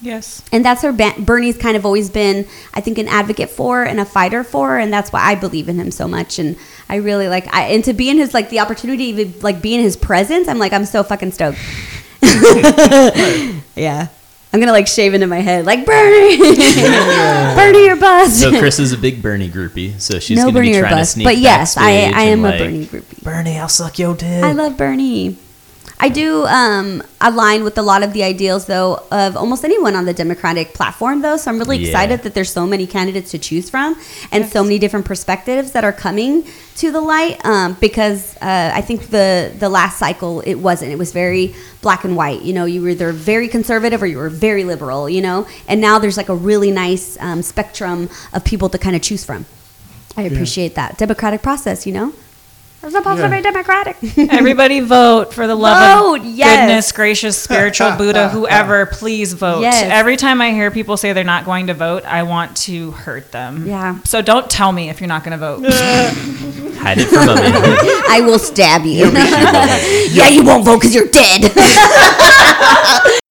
Yes. And that's where Ba- Bernie's kind of always been, I think, an advocate for and a fighter for, and that's why I believe in him so much. And I really like, I, and to be in his like the opportunity to even, like be in his presence, I'm like, I'm so fucking stoked. yeah, I'm gonna like shave into my head like Bernie, Bernie, your bust. So Chris is a big Bernie groupie, so she's no gonna Bernie be or trying to bust, sneak but yes, I, backstage I am a and, like, Bernie groupie. Bernie, I'll suck your dick. I love Bernie. I do um, align with a lot of the ideals, though, of almost anyone on the Democratic platform, though. So I'm really Yeah. excited that there's so many candidates to choose from and so many different perspectives that are coming to the light. Um, because uh, I think the the last cycle it wasn't. It was very black and white. You know, you were either very conservative or you were very liberal. You know, and now there's like a really nice um, spectrum of people to kind of choose from. I appreciate that democratic process. You know. There's no possibility democratic. Everybody vote for the love Vote, of yes. goodness gracious spiritual Buddha, whoever. Please vote. Yes. Every time I hear people say they're not going to vote, I want to hurt them. Yeah. So don't tell me if you're not going to vote. Hide it from me. I will stab you. She won't. yeah, you won't vote because you're dead.